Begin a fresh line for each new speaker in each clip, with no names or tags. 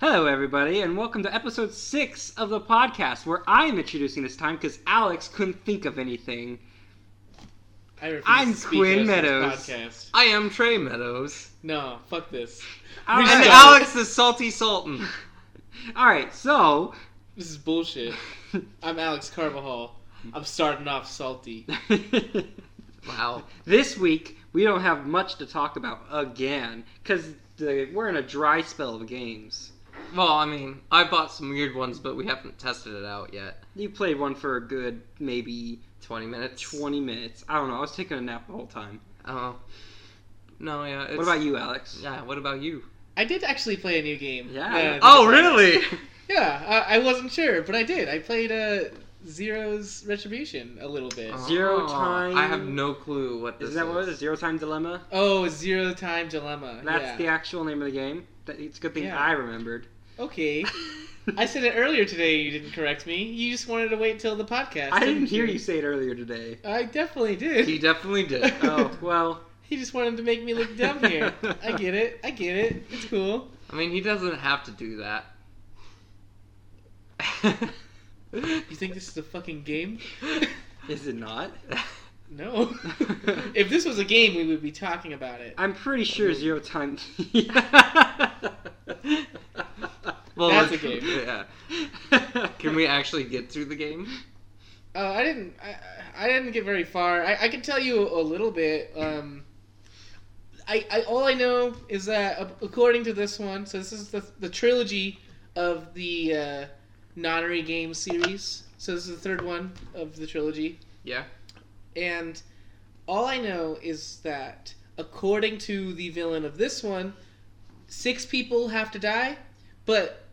Hello, everybody, and welcome to episode six of the podcast, where I'm introducing this time because Alex couldn't think of anything.
I refuse
I'm
to speak
Quinn
as
Meadows.
This podcast.
I am Trey Meadows.
No, fuck this.
All
We
right.
And
suck.
Alex the Salty Sultan.
All right, so
This is bullshit. I'm Alex Carvajal. I'm starting off salty.
Wow.
this week we don't have much to talk about again because we're in a dry spell of games.
Well, I mean, I bought some weird ones, but we haven't tested it out yet.
You played one for a good maybe
20 minutes.
20 minutes. I don't know. I was taking a nap the whole time.
Oh. No, yeah. It's...
What about you, Alex?
Yeah, what about you?
I did actually play a new game. Uh,
Yeah.
Oh, really?
Yeah, I, I wasn't sure, but I did. I played uh, Zero's Retribution a little bit.
Oh,
Zero time-
I have no clue what this
Isn't that what it is? Zero Time Dilemma?
Oh, Zero Time Dilemma.
That's
yeah.
the actual name of the game. That- It's a good thing
Yeah.
I remembered.
Okay. I said it earlier today. You didn't correct me. You just wanted to wait till the podcast.
I didn't hear you say it earlier today.
I definitely did.
He definitely did.
Oh, well,
He just wanted to make me look dumb here. I get it. I get it. It's cool.
I mean, he doesn't have to do that.
You think this is a fucking game?
is it not?
No. if this was a game, we would be talking about it.
I'm pretty sure Zero Time.
well,
That's
like,
a game.
Yeah. Can we actually get through the game?
Uh, I didn't. I, I didn't get very far. I, I can tell you a little bit. Um, I, I all I know is that uh, according to this one, so this is the the trilogy of the uh, Nonary game series. So this is the third one of the trilogy.
Yeah.
And all I know is that, according to the villain of this one, six people have to die. But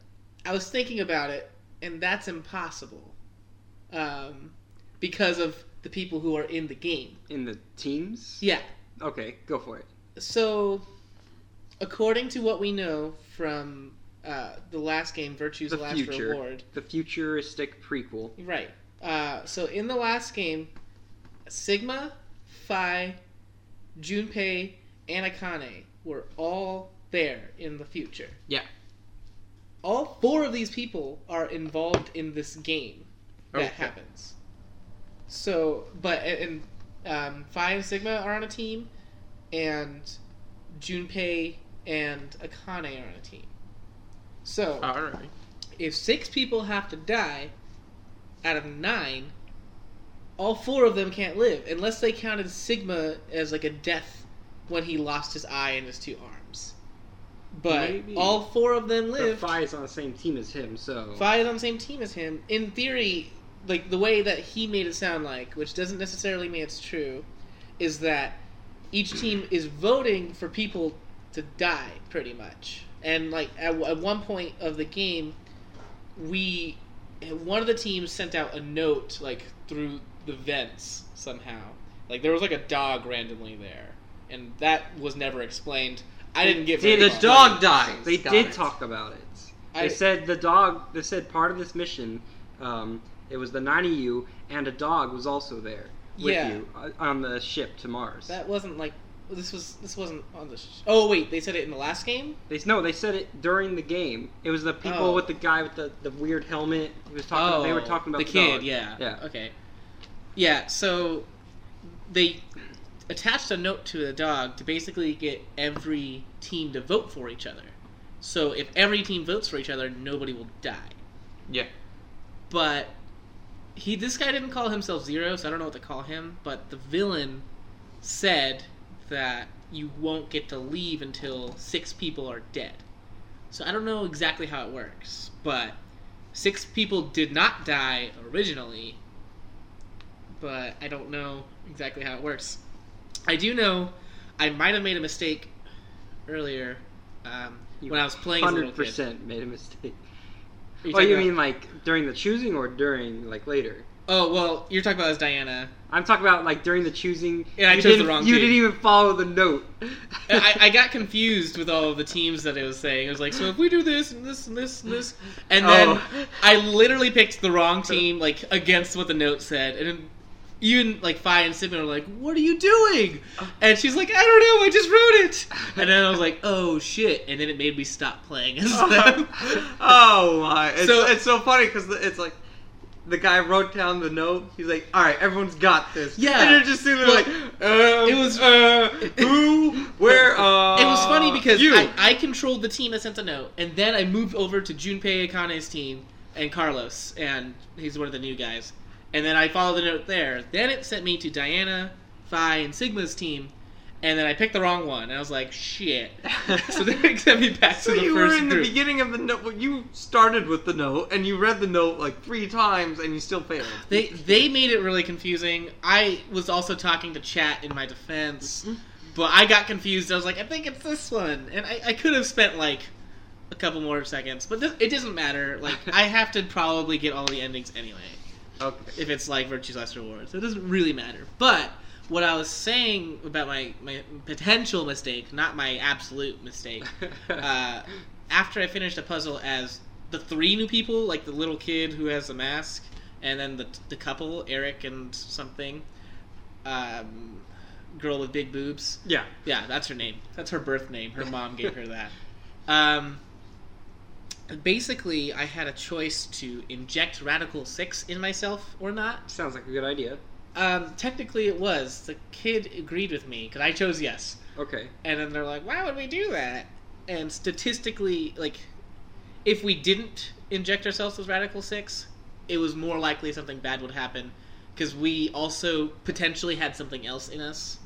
I was thinking about it, and that's impossible um, because of the people who are in the game.
In the teams?
Yeah.
Okay, go for it.
So, according to what we know from uh, the last game, Virtue's
The
Last
future.
Reward,
The futuristic prequel.
Right. Uh, so in the last game, Sigma, Phi, Junpei, and Akane were all there in the future.
Yeah.
All four of these people are involved in this game that
Okay.
happens. So, but and um, Phi and Sigma are on a team, and Junpei and Akane are on a team. So
All right.
if six people have to die out of nine, all four of them can't live unless they counted Sigma as like a death when he lost his eye and his two arms. But
Maybe.
all four of them
The
lived.
Fi is on the same team as him, so.
Fi is on the same team as him. In theory, like the way that he made it sound like, which doesn't necessarily mean it's true, is that each team is voting for people to die, pretty much. And like at, at one point of the game, we one of the teams sent out a note like through the vents somehow. Like there was like a dog randomly there, and that was never explained. I didn't get
Did
very
the
far.
dog dies.
They
Got
did
it.
talk about it. They
I-
said the dog. They said part of this mission, um, it was the nine of you, and a dog was also there with
Yeah.
you uh, on the ship to Mars.
That wasn't like this was this wasn't on the. Sh- oh wait, they said it in the last game.
They no, they said it during the game. It was the people
Oh.
with the guy with the, the weird helmet. He was talking. they were talking about
the,
the,
kid.
dog.
Yeah.
Oh, Yeah.
Okay. Yeah. So they attached a note to the dog to basically get every team to vote for each other. So if every team votes for each other, nobody will die.
Yeah.
but he this guy didn't call himself zero so i don't know what to call him but the villain said that you won't get to leave until six people are dead so i don't know exactly how it works but six people did not die originally but i don't know exactly how it works i do know i might have made a mistake earlier um,
You
when i was playing as a little
Hundred
kid.
percent made a mistake.
Are
oh,
talking
you
about-
mean like during the choosing or during like later?
oh well you're talking about as diana
I'm talking about like during the choosing.
Yeah, I
you
chose the
didn't-
wrong
You
team. Uh,
didn't even follow the note.
I, I got confused with all of the teams that it was saying. It was like, so if we do this and this and this and this, and then
Oh.
I literally picked the wrong team, like against what the note said, and even like Fi and Simon are like, "What are you doing?" And she's like, "I don't know. I just wrote it." And then I was like, "Oh shit!" And then it made me stop playing as them.
oh my! It's
So-
so, it's so funny because it's like the guy wrote down the note. He's like, "All right, everyone's got this."
Yeah.
and you're just sitting there
Well,
like, um,
it was-
uh, who, where, uh,
It was funny because
you.
I, I controlled the team that sent the note, and then I moved over to Junpei Akane's team and Carlos, and he's one of the new guys. And then I followed the note there. Then it sent me to Diana, Phi, and Sigma's team, and then I picked the wrong one. And I was like, shit. so then it sent me back
So
to the
you
first
were in
group.
the beginning of the note. Well, you started with the note, and you read the note like three times, and you still failed.
They they made it really confusing. I was also talking to chat in my defense, but I got confused. I was like, I think it's this one, and I, I could have spent like a couple more seconds, but th- it doesn't matter. Like I have to probably get all the endings anyway
okay.
if it's like Virtue's Last Reward, so it doesn't really matter. But what I was saying about my my potential mistake, not my absolute mistake, uh, after I finished a puzzle as the three new people, like the little kid who has the mask, and then the the couple, Eric and something, um, girl with big boobs.
yeah.
Yeah, that's her name. That's her birth name. Her mom gave her that. Um, basically, I had a choice to inject Radical 6 in myself or not.
Sounds like a good idea.
Um, technically, it was. The kid agreed with me because I chose yes.
Okay.
And then they're like, why would we do that? And statistically, like, if we didn't inject ourselves with Radical 6, it was more likely something bad would happen because we also potentially had something else in us.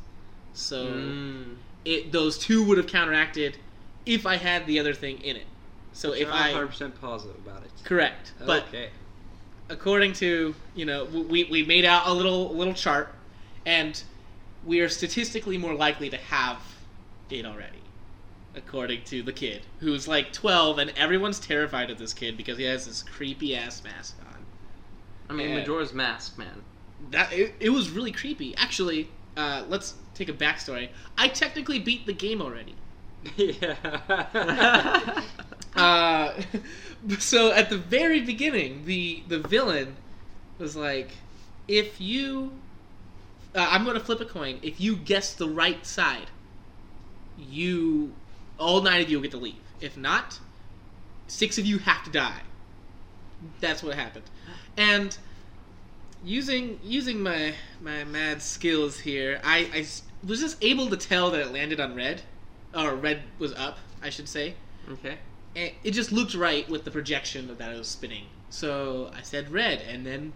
So
Mm.
it those two would have counteracted if I had the other thing in it. So if
Not
I
100% positive about it.
correct, but
okay.
according to you know w- we we made out a little little chart, and we are statistically more likely to have it already, according to the kid who's like twelve and everyone's terrified of this kid because he has this creepy ass mask on.
I mean,
Yeah.
Majora's Mask, man.
that it, it was really creepy actually. Uh, let's take a backstory. I technically beat the game already.
yeah.
Uh, so at the very beginning, the the villain was like, "If you, uh, I'm going to flip a coin. If you guess the right side, you, all nine of you will get to leave. If not, six of you have to die." That's what happened, and using using my my mad skills here, I, I s- was just able to tell that it landed on red, or red was up, I should say
okay.
it it just looked right with the projection of that it was spinning. So I said red, and then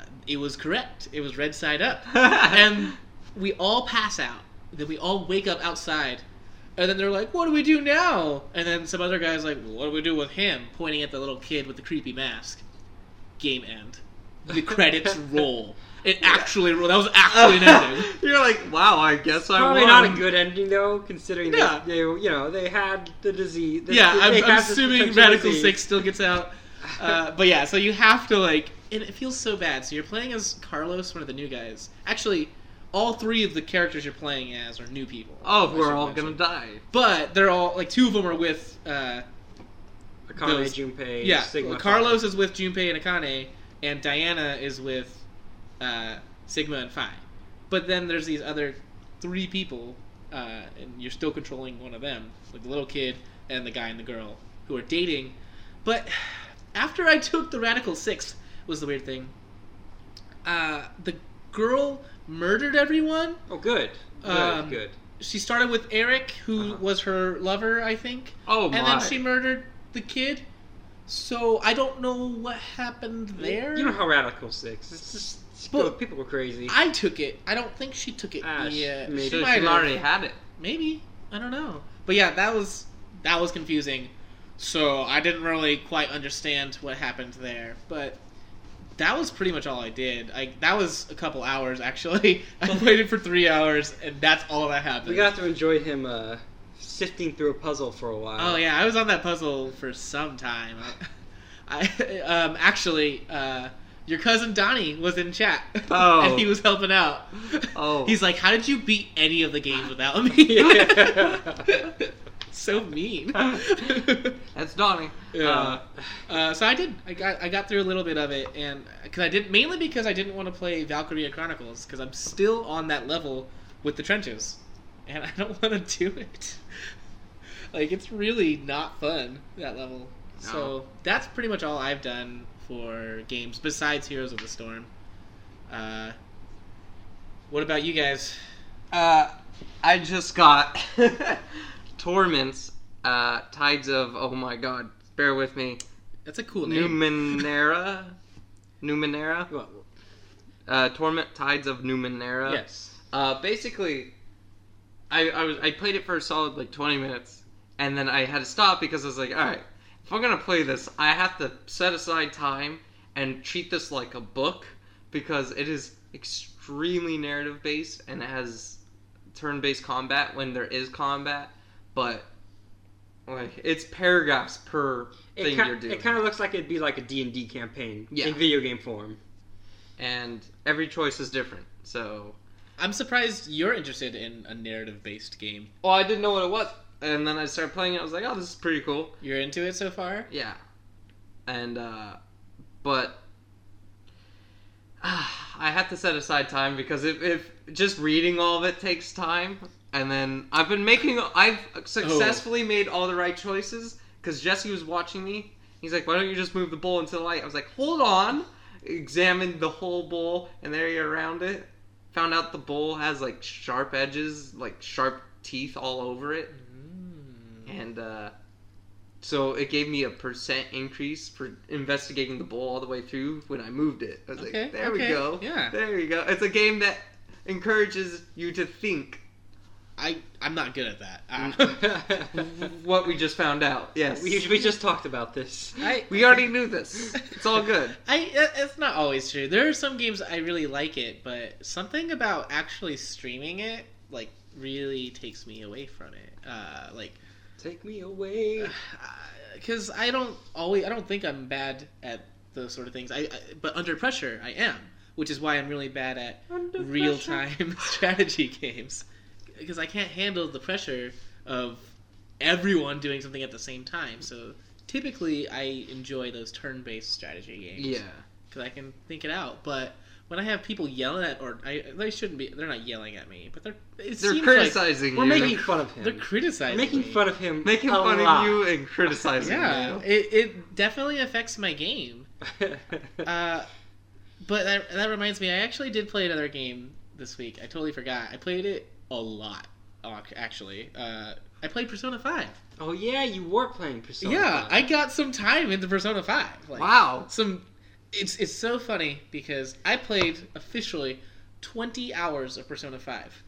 uh, it was correct. It was red side up. and we all pass out. Then we all wake up outside. And then they're like, what do we do now? And then some other guy's like, what do we do with him? Pointing at the little kid with the creepy mask. Game end. The credits roll. It actually rolled. That was actually an ending.
You're like, wow. I guess I
Probably
won.
not a good ending though, considering
Yeah.
that they, you know, they had the disease. They,
yeah,
they
I'm,
have
I'm
this
assuming
potential
Radical
disease.
Six still gets out. Uh, but yeah, so you have to like, and it feels so bad. So you're playing as Carlos, one of the new guys. Actually, all three of the characters you're playing as are new people.
Oh,
I
we're
should
all
mention.
gonna die.
But they're all like two of them are with. Uh,
Akane,
Those-
Junpei,
yeah,
Sigma.
Carlos is with Junpei and Akane, and Diana is with uh, Sigma and Phi. But then there's these other three people, uh, and you're still controlling one of them, like the little kid and the guy and the girl who are dating. But after I took the Radical Sixth, was the weird thing. Uh, the girl murdered everyone.
Oh, good. Good,
Um,
good.
She started with Eric, who
Uh-huh.
was her lover, I think
Oh my.
and then she murdered the kid. So I don't know what happened there.
You know how Radical Six. It's just it's
But-
good. people were crazy.
I took it. I don't think she took it.
Ah, she-
yeah,
maybe.
So she
might have.
already had it.
Maybe I don't know. But yeah, that was that was confusing. So I didn't really quite understand what happened there. But that was pretty much all I did. Like that was a couple hours actually. I waited for three hours, and that's all that happened.
we got to enjoy him uh, sifting through a puzzle for a while.
Oh yeah, I was on that puzzle for some time. I, I um, actually, uh, your cousin Donnie was in chat,
Oh.
and he was helping out.
Oh.
he's like, "How did you beat any of the games without me?" so mean.
That's Donnie.
Yeah.
Uh,
Uh, so I did. I got I got through a little bit of it, and because I did mainly because I didn't want to play Valkyria Chronicles because I'm still on that level with the trenches, and I don't want to do it. like it's really not fun that level. So
No.
that's pretty much all I've done for games besides Heroes of the Storm. Uh, what about you guys?
Uh, I just got Torments, uh, Tides of, oh my god, bear with me,
That's a cool name.
Numenera? Numenera?
What-
Uh, Torment, Tides of Numenera.
yes.
Uh, basically, I, I was I played it for a solid like 20 minutes, and then I had to stop because I was like, all right, if I'm gonna play this, I have to set aside time and treat this like a book because it is extremely narrative based and it has turn based combat when there is combat, but like it's paragraphs per
It
thing
kind,
you're doing.
it kind of looks like it'd be like a D&D campaign
Yeah.
in video game form.
and every choice is different. So,
I'm surprised you're interested in a narrative-based game.
well, I didn't know what it was, and then I started playing it. I was like, oh, this is pretty cool.
You're into it so far.
Yeah. And uh but I have to set aside time because if, if just reading all of it takes time and then I've been making I've successfully made all the right choices cuz Jesse was watching me. He's like, "Why don't you just move the bowl into the light?" I was like, "Hold on." Examined the whole bowl and the area around it. Found out the bowl has like sharp edges, like sharp teeth all over it
Mm.
and uh, so it gave me a percent increase for investigating the bowl all the way through when I moved it. I was
Okay,
like, there we
okay,
go.
yeah.
There you go. It's a game that encourages you to think
I I'm not good at
Mm.
that.
what we just found out. Yes.
we, we just talked about this.
I,
We already knew this. It's all good.
I uh, it's not always true. There are some games I really like it, but something about actually streaming it like really takes me away from it. Uh, like
Take me away.
because I don't always I don't think I'm bad at those sort of things. I, I but under pressure I am, which is why I'm really bad at real time strategy games because I can't handle the pressure of everyone doing something at the same time. So typically, I enjoy those turn based strategy games.
Yeah.
because I can think it out. But when I have people yelling at, or I, they shouldn't be, they're not yelling at me, but they're it
They're
seems like
criticizing
We're
you.
making fun of
they're
him.
criticizing,
making
me.
fun of him.
making
a
fun
lot.
of you and criticizing
Yeah,
you.
it, it definitely affects my game. Uh, but that, that reminds me, I actually did play another game this week. I totally forgot. I played it a lot, ac- actually. Uh, I played Persona Five.
oh yeah, you were playing Persona.
yeah,
5.
I got some time into Persona Five. Like,
Wow.
Some, it's it's so funny because I played officially twenty hours of Persona Five,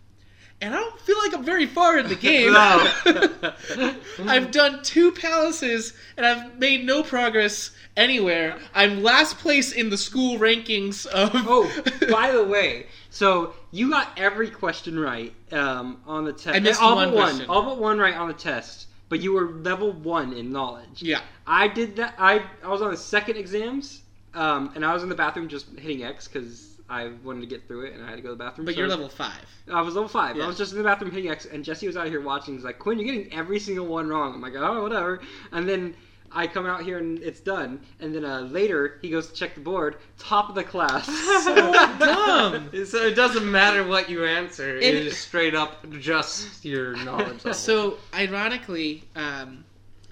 and I don't feel like I'm very far in the game.
No.
I've done two palaces and I've made no progress anywhere. I'm last place in the school rankings of.
Oh, by the way, so you got every question right um, on the test.
I missed
all
one
but one,
question.
all but one right on the test. But you were level one in knowledge.
yeah.
I did that. I I was on the second exams, um, and I was in the bathroom just hitting X because I wanted to get through it, and I had to go to the bathroom.
But
so
you're
I was-
level five.
I was level five.
Yeah.
I was just in the bathroom hitting X, and Jesse was out here watching. He's like, "Quinn, you're getting every single one wrong." I'm like, "Oh, whatever." And then I come out here and it's done. And then uh, later he goes to check the board, top of the class.
So dumb.
So it doesn't matter what you answer.
It-
it is straight up just your knowledge level.
So ironically, um,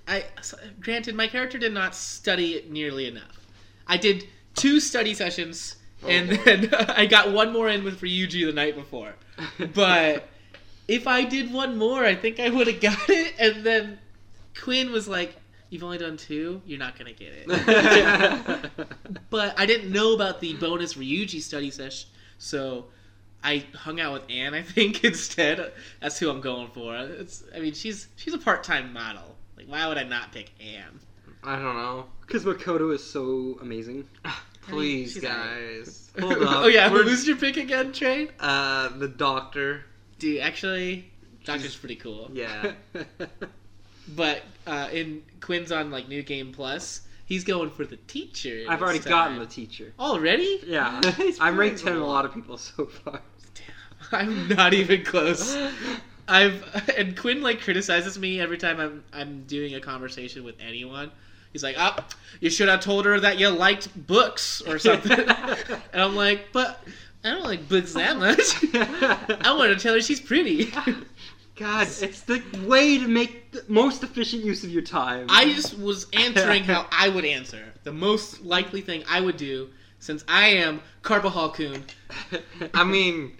I s- granted my character did not study it nearly enough. I did two study sessions, and
Oh.
then I got one more in with Ryuji the night before. But if I did one more, I think I would have got it. And then Quinn was like, "You've only done two. You're not gonna get it." but I didn't know about the bonus Ryuji study session, so I hung out with Anne. I think instead, that's who I'm going for. It's, I mean, she's she's a part time model. Like, why would I not pick Anne?
I don't know.
Because Makoto is so amazing.
Please,
She's
guys. Hold up.
oh yeah,
We're-
who's your pick again, Trey?
uh, the doctor.
Dude, actually, Doctor's pretty cool.
Yeah.
But uh, in Quinn's on like New Game Plus, he's going for the teacher.
I've
this
already
time.
gotten the teacher.
already.
Yeah,
He's
I'm ranked ten
pretty
in a
cool.
lot of people so far.
I'm not even close. I've and Quinn like criticizes me every time I'm I'm doing a conversation with anyone. He's like, "Ah, you should have told her that you liked books or something." and I'm like, "But I don't like books that much. I want to tell her she's pretty."
God, it's the way to make the most efficient use of your time.
I just was answering how I would answer. The most likely thing I would do, since I am Carbohalcoon.
I mean,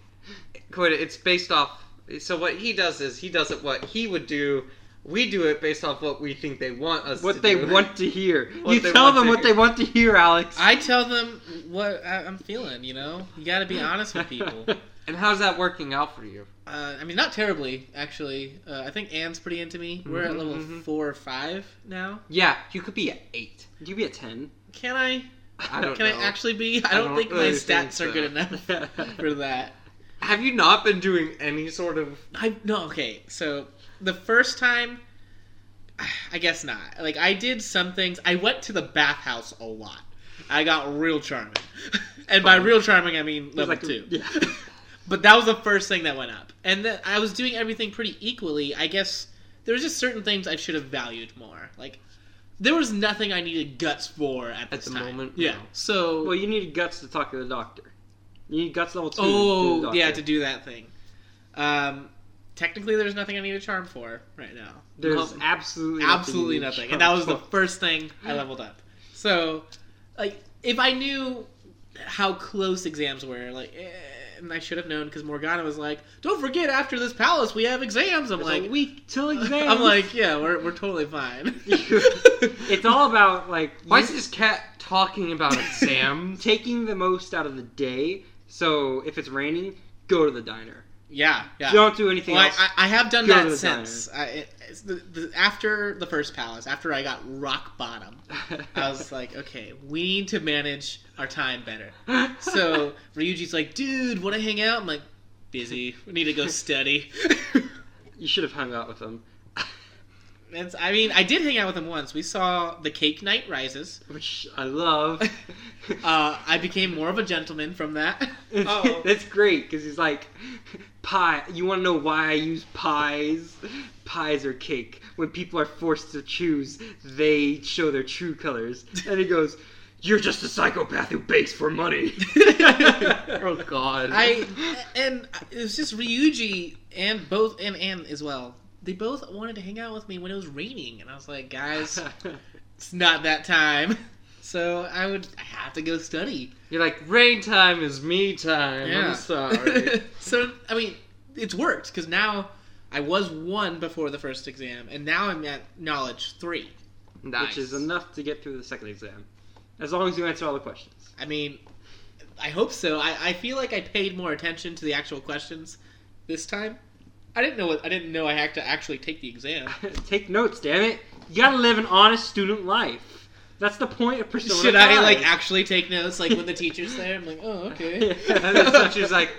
Quinn, it's based off. So what he does is he does it what he would do. We do it based off what we think they want us. to
what they
do.
want to hear.
What
you
they
tell
want
them
to
what
hear.
they want to hear, Alex.
I tell them what I, I'm feeling. You know, you got to be honest with people.
And how's that working out for you?
Uh, I mean, not terribly actually. Uh, I think Anne's pretty into me. We're at
Mhm,
level
mhm.
four or five now.
Yeah, you could be at eight.
you be a ten.
Can I?
I don't
Can
know.
I actually be? I don't,
don't
think my
really think
stats are good enough for that.
Have you not been doing any sort of?
I no okay. So the first time, I guess not. Like I did some things. I went to the bathhouse a lot. I got real charming, and by real charming I mean level
like-
two.
yeah.
but that was the first thing that went up, and then I was doing everything pretty equally. I guess there was just certain things I should have valued more. Like there was nothing I needed guts for at
At
this
the
time.
moment,
Yeah.
no.
So
Well, you need guts to talk to the doctor. You need guts level two. to
Oh
the
yeah,
doctor.
to do that thing. Um, technically, there's nothing I need a charm for right now.
There's
No,
absolutely nothing
absolutely
you need
nothing,
to
and that was the
charge
first thing I leveled up. So, like, if I knew how close exams were, like, eh, and I should have known because Morgana was like, "Don't forget, after this palace, we have exams." I'm
for. There's
like,
a week till exam.
I'm like, yeah, we're we're totally fine.
it's all about like
Why
you
is this cat talking about exams?
taking the most out of the day. So if it's raining, go to the diner.
yeah, yeah.
Don't do anything
Well, I,
else.
I, I have done
Go to
that
the
since I, it- it's the, the, after the first palace, after I got rock bottom. I was like, okay, we need to manage our time better. So Ryuji's like, dude, want to hang out? I'm like, busy. We need to go study.
you should have hung out with them.
and so- I mean, I did hang out with him once. We saw the Cake Night Rises.
which I love.
Uh, I became more of a gentleman from that.
It's-
oh.
That's great because he's like, pie. You want to know why I use pies? Pies or cake. When people are forced to choose, they show their true colors. And he goes, "You're just a psychopath who bakes for money."
oh God!
I and it was just Ryuji and both and Anne as well. They both wanted to hang out with me when it was raining, and I was like, guys, it's not that time. So I would have to go study.
You're like rain time is me time. I'm sorry.
so I mean, it's worked because now I was one before the first exam, and now I'm at knowledge three.
nice.
Which is enough to get through the second exam, as long as you answer all the questions.
I mean, I hope so. I, I feel like I paid more attention to the actual questions this time. I didn't know what I didn't know I had to actually take the exam.
Take notes, damn it! You gotta live an honest student life. That's the point of Persona
Should I
5.
like actually take notes like when the teacher's there? I'm like, oh okay.
And then so she's like,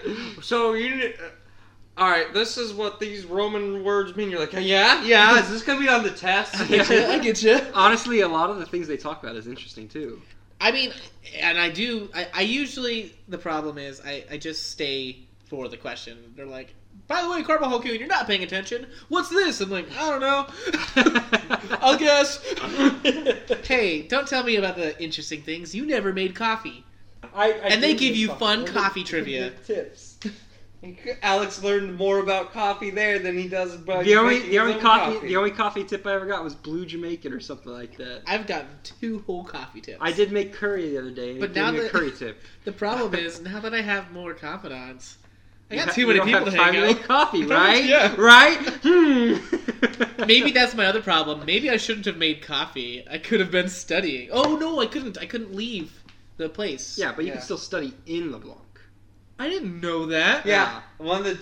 so you. Uh, all right, this is what these Roman words mean. You're like, yeah, yeah. Is this gonna be on the test?
Yeah.
I get you.
Honestly, a lot of the things they talk about is interesting too.
I mean, and I do. I, I usually the problem is I, I just stay for the question. They're like, by the way, Carbohalcoon, you're not paying attention. What's this? I'm like, I don't know. I'll guess. hey, don't tell me about the interesting things. You never made coffee.
I, I
And they
do
give
need
you
coffee.
fun
Let me
coffee
give
trivia.
you tips.
Alex learned more about coffee there than he does about
The only
making
the
his
only
own
coffee, the only coffee tip I ever got was blue Jamaican or something like that.
I've gotten two whole coffee tips.
I did make curry the other day, and
But
it gave
now
me a
that-
curry tip.
The problem is now that I have more confidants, I
You
got
ha-
too
you
many
don't
people to
have time
hang
to
out.
make coffee, right?
Yeah.
Right? Hmm.
Maybe that's my other problem. Maybe I shouldn't have made coffee. I could have been studying. Oh no, I couldn't. I couldn't leave the place.
Yeah, but you
Yeah.
can still study in LeBlanc.
I didn't know that.
yeah, one of the d-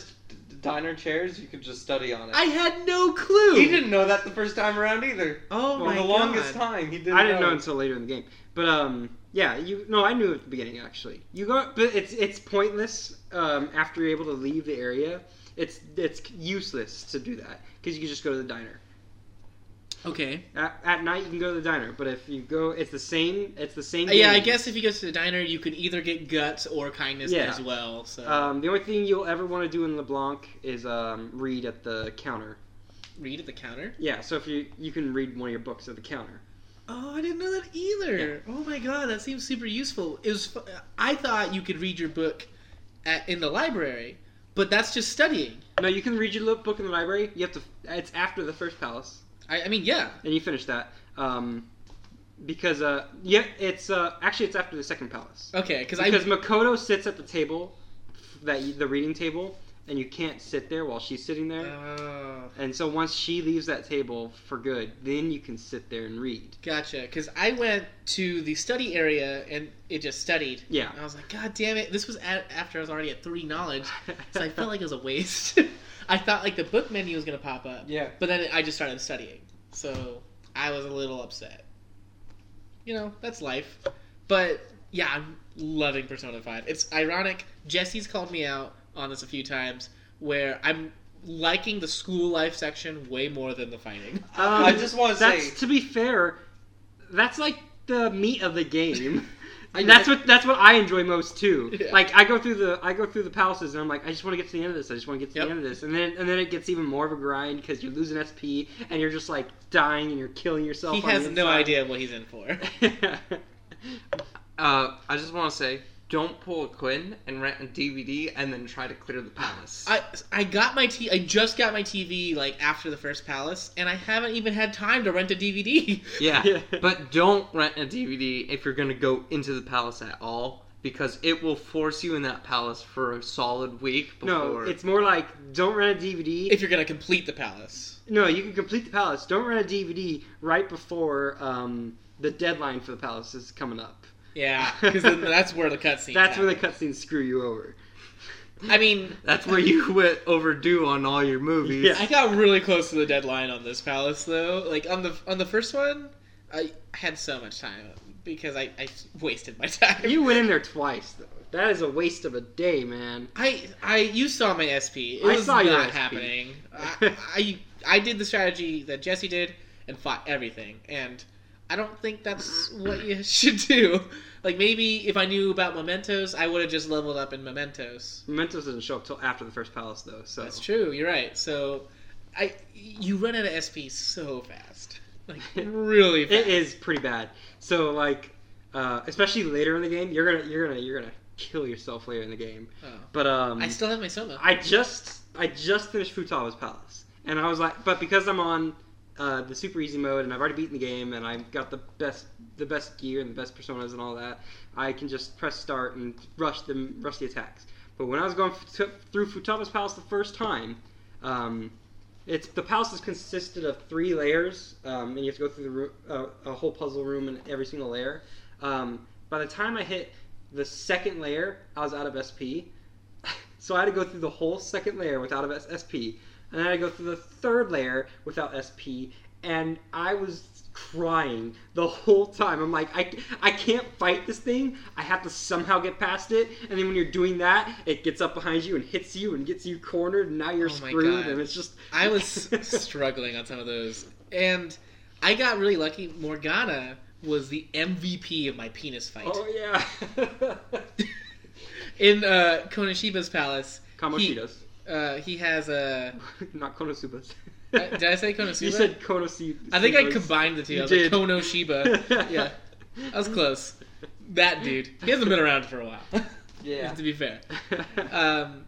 d- diner chairs. You could just study on it.
I had no clue.
he didn't know that the first time around either.
Oh
For
my
the
god.
longest time, he didn't.
I didn't know until later in the game, but um, yeah, you no, I knew at the beginning actually. You go, but it's it's pointless um, after you're able to leave the area. It's it's useless to do that because you can just go to the diner.
Okay.
At, at night, you can go to the diner, but if you go, it's the same. It's the same.
Yeah, I
game.
guess if you go to the diner, you could either get guts or kindness
Yeah.
as well. So
Um, the only thing you'll ever want to do in LeBlanc is um, read at the counter.
read at the counter.
Yeah, so if you you can read one of your books at the counter.
Oh, I didn't know that either. Oh my god, that seems super useful. It was. fu- I thought you could read your book at, in the library, but that's just studying.
No, you can read your little book in the library. You have to. It's after the first palace,
I, I mean, yeah.
and you finish that. Um, because uh, yeah, it's uh, actually it's after the second palace.
Okay, because I
Because Makoto sits at the table, that you, the reading table, and you can't sit there while she's sitting there.
Oh,
And so once she leaves that table for good, then you can sit there and read.
gotcha. Because I went to the study area and it just studied.
Yeah.
And I was like, God damn it! This was at, after I was already at three knowledge, so I felt like it was a waste. I thought like the book menu was gonna pop up,
yeah.
but then I just started studying, so I was a little upset. You know, that's life. But yeah, I'm loving Persona Five. It's ironic. Jesse's called me out on this a few times, where I'm liking the school life section way more than the fighting.
Um,
I just want to
that's
say,
to be fair, that's like the meat of the game.
I-
And that's what that's what I enjoy most too.
Yeah.
Like I go through the I go through the palaces and I'm like I just want to get to the end of this. I just want to get to
Yep.
the end of this. And then and then it gets even more of a grind because you're losing SP and you're just like dying and you're killing yourself.
He
on the
has no
inside.
idea what he's in for.
uh, I just want to say, don't pull a Quinn and rent a DVD and then try to clear the palace.
I I got my t I just got my TV like after the first palace, and I haven't even had time to rent a DVD.
yeah,
Yeah.
but don't rent a DVD if you're gonna go into the palace at all because it will force you in that palace for a solid week.
no,
Before...
it's more like don't rent a DVD.
if you're gonna complete the palace,
No, you can complete the palace. Don't rent a DVD right before um, the deadline for the palace is coming up.
yeah, because that's where the cutscene.
That's where the cutscenes screw you over.
I mean,
that's where you went overdue on all your movies.
Yeah.
I got really close to the deadline on this palace though. Like on the on the first one, I had so much time because I, I wasted my time.
You went in there twice, though. That is a waste of a day, man.
I, I, you saw my SP. It
I
was
saw
not
your SP.
happening. I, I, I did the strategy that Jesse did and fought everything. And I don't think that's what you should do. Like maybe if I knew about mementos, I would have just leveled up in mementos.
Mementos doesn't show up till after the first palace, though. So
That's true. You're right. So, I, you run out of SP so fast, like really
It
fast.
is pretty bad. So like, uh, especially later in the game, you're gonna you're gonna you're gonna kill yourself later in the game.
Oh.
But um,
I still have my soma.
I just I just finished Futaba's Palace, and I was like, but because I'm on uh, the super easy mode and I've already beaten the game and I've got the best the best gear and the best personas and all that, I can just press start and rush them rush the attacks. But when I was going f- t- through Futaba's Palace the first time, um, it's the palace is consisted of three layers, um, and you have to go through the roo- uh, a whole puzzle room in every single layer. Um, by the time I hit the second layer, I was out of SP, so I had to go through the whole second layer without a SP, and then I had to go through the third layer without SP, and I was crying the whole time. I'm like, I, I can't fight this thing. I have to somehow get past it. And then when you're doing that, it gets up behind you and hits you and gets you cornered, and now you're
Oh my
screwed.
God.
And it's just
I was struggling on some of those, and I got really lucky. Morgana was the MVP of my penis fight
oh yeah.
in uh, Konoshiba's palace.
Kamoshidas,
He, uh, he has a. uh,
not Konosubas.
Did I say Konosuba?
You said Konosubas.
I think I combined the two.
You
I was like,
did.
Konoshiba. yeah, that was close. That dude. He hasn't been around for a while.
Yeah.
to be fair. um,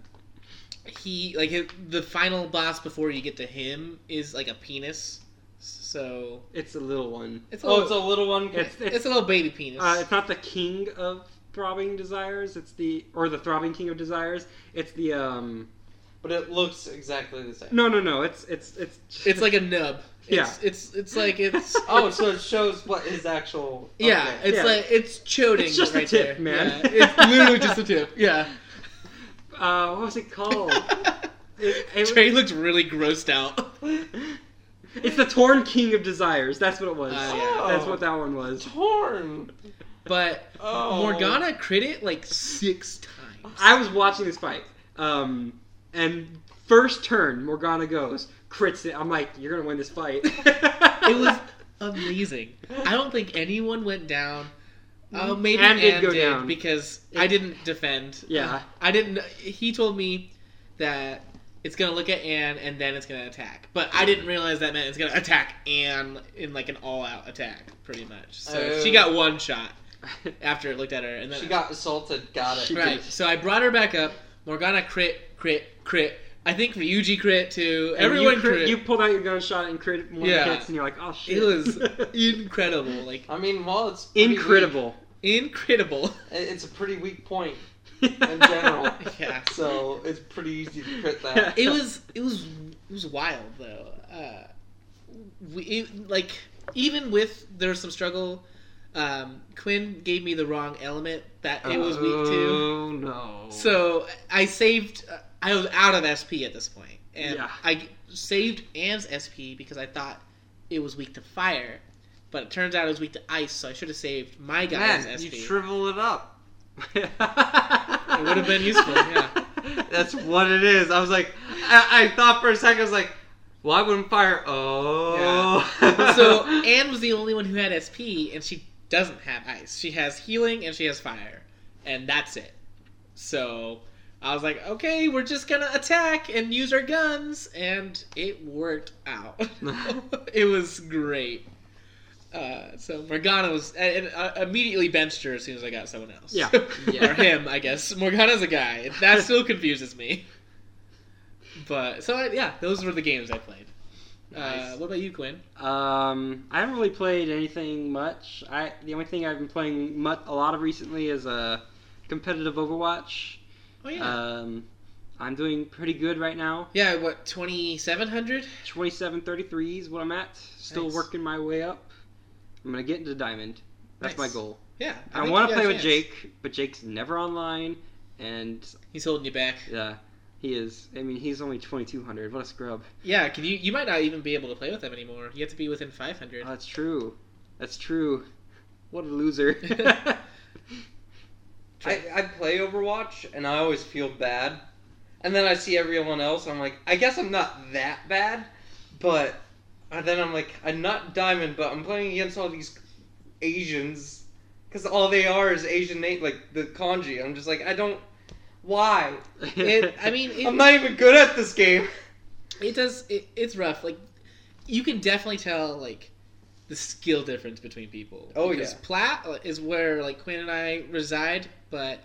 he like his, the final boss before you get to him is like a penis, so
it's a little one.
it's a
oh,
little,
it's a little one.
It's it's,
it's a little baby penis.
uh, it's not the king of throbbing desires. It's the or the throbbing king of desires. It's the um.
But it looks exactly the same.
No, no, no. It's it's it's.
it's like a nub. It's,
Yeah.
it's it's like it's
Oh, so it shows what his actual.
yeah.
okay.
It's
yeah.
like it's choding.
It's just a
right
tip,
there.
man.
Yeah, it's literally just a tip. Yeah.
uh, what was it called? It- it-
Trey looked really grossed out.
it's the torn king of desires. That's what it was.
Ah, yeah.
That's what that one was.
torn.
But
Oh,
Morgana crit it like six times.
I was watching this fight. Um, and first turn, Morgana goes crits it. I'm like, you're gonna win this fight.
It was amazing. I don't think anyone went down. Oh, maybe
Ann did Mm.
Ann did
go down.
because I didn't defend.
Yeah.
I didn't. He told me that it's gonna look at Anne and then it's gonna attack, but I didn't realize that meant it's gonna attack Anne in like an all-out attack, pretty much. So
Oh.
she got one shot after it looked at her, and then
She got assaulted. Got it.
She-
right. So I brought her back up. Morgana crit, crit, crit. I think Ryuji crit too.
And
Everyone
you, crit-
crit.
you pulled out your gunshot and crit one
Yeah.
hits, and you're like, oh shit.
It was incredible, like
I mean, well, it's pretty weak.
incredible.
incredible.
It- It's a pretty weak point in general.
Yeah.
So it's pretty easy to crit that.
it was it was it was wild though. Uh, we it, like even with there was some struggle. Um, Quinn gave me the wrong element that it was weak to,
Oh no.
so I saved. Uh, I was out of SP at this point, and
Yeah.
I g- saved Anne's SP because I thought it was weak to fire, but it turns out it was weak to ice, so I should have saved my guy's
man, you
SP.
shrivel it up.
it
would have been useful, yeah.
That's what it is. I was like, I, I thought for a second, I was like, well, I wouldn't fire. Oh.
so Anne was the only one who had SP, and she doesn't have ice. She has healing and she has fire, and that's it. So I was like, okay, we're just gonna attack and use our guns, and it worked out. it was great. Uh, so Morgana was and I immediately benched her as soon as I got someone else.
Yeah.
Yeah.
or him, I guess. Morgana's a guy. That still confuses me. But so I, yeah, those were the games I played. Uh,
Nice.
what about you, Quinn?
Um, I haven't really played anything much. I the only thing I've been playing mu- a lot of recently is uh, competitive Overwatch.
Oh yeah,
Um, I'm doing pretty good right now.
yeah. What twenty seven hundred?
2733 is what I'm at. Still
Nice.
working my way up. I'm gonna get into diamond. That's my
Nice.
goal.
Yeah,
I,
think
want
you
to
got a
play with
chance.
Jake, but Jake's never online, and
He's holding you back.
uh, he is. I mean, he's only 2200. What a scrub.
Yeah, can you? You might not even be able to play with him anymore. You have to be within five hundred.
Oh, that's true. That's true. What a loser. Uh,
I, I play Overwatch and I always feel bad. And then I see everyone else and I'm like, I guess I'm not that bad, but and then I'm like, I'm not diamond, but I'm playing against all these Asians because all they are is Asian name, like the kanji. I'm just like, I don't. Why?
it, I mean, it,
I'm not even good at this game.
it does. It, it's rough. Like, you can definitely tell like the skill difference between people.
Oh,
Because
yeah.
Platt uh, is where like Quinn and I reside, but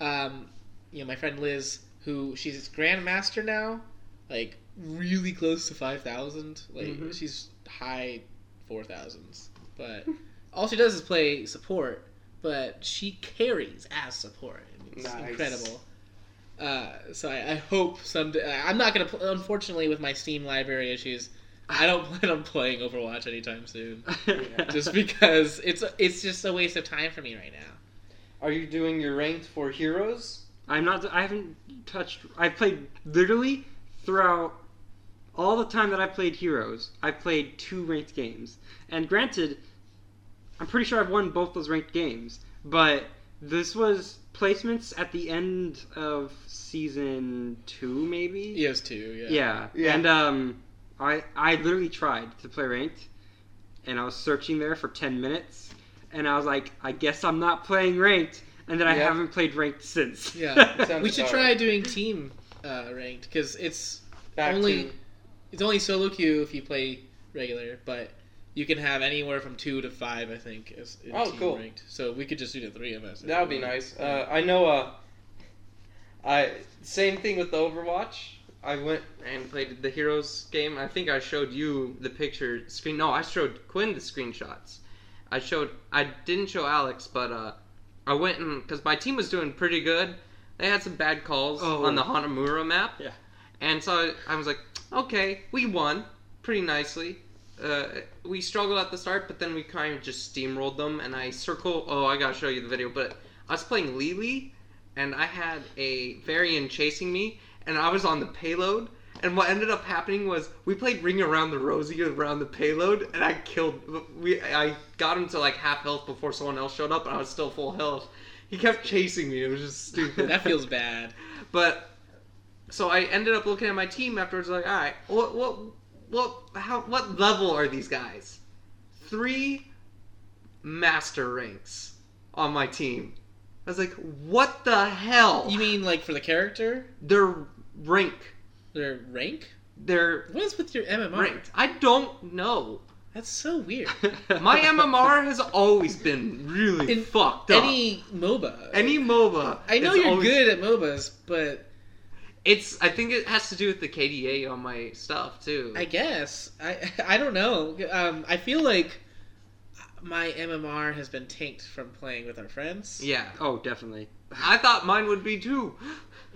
um, you know, my friend Liz, who she's grandmaster now, like really close to five thousand. Like
Mhm.
she's high four thousands, but all she does is play support. But she carries as support. It's
Nice.
incredible. Uh, so I, I hope someday. I- I'm not gonna. Pl- unfortunately, with my Steam library issues, I don't plan on playing Overwatch anytime soon. Just because it's it's just a waste of time for me right now.
Are you doing your ranked for heroes?
I'm not. I haven't touched. I played literally throughout all the time that I played Heroes. I played two ranked games, and granted, I'm pretty sure I've won both those ranked games. But this was placements at the end of season two, maybe.
EOS E two, yeah.
Yeah.
Yeah.
And um, I I literally tried to play ranked, and I was searching there for ten minutes, and I was like, I guess I'm not playing ranked, and then I
Yeah.
haven't played ranked since.
Yeah.
Sounds
We should
about
try
right.
doing team uh, ranked because it's
Back
Only-
to
it's only solo queue if you play regular, but you can have anywhere from two to five, I think, is in
Oh,
team
cool.
ranked. So we could just do the three of us. if
That would
we
be
want.
nice. Uh, I know. Uh, I same thing with the Overwatch. I went and played the Heroes game. I think I showed you the picture screen. No, I showed Quinn the screenshots. I showed. I didn't show Alex, but uh, I went and because my team was doing pretty good. They had some bad calls
Oh.
on the Hanamura map.
Yeah.
And so I, I was like, okay, we won pretty nicely. Uh, we struggled at the start, but then we kind of just steamrolled them. And I circle. Oh, I gotta show you the video. But I was playing Lily, and I had a Varian chasing me, and I was on the payload. And what ended up happening was we played Ring Around the Rosie around the payload, and I killed. We I got him to like half health before someone else showed up, and I was still full health. He kept chasing me. It was just stupid.
That feels bad.
But so I ended up looking at my team afterwards, like, all right, what what Well, how? What level are these guys? Three master ranks on my team. I was like, what the hell?
You mean like for the character,
their rank?
their rank?
Their
What is with your MMR?
ranked? I don't know.
That's so weird.
My MMR has always been really
In
fucked up.
Any MOBA.
Any MOBA.
I know
is
you're
always-
good at MOBAs, but
It's. I think it has to do with the KDA on my stuff too.
I guess I I don't know. Um, I feel like my MMR has been tanked from playing with our friends.
yeah,
Oh, definitely.
I thought mine would be too.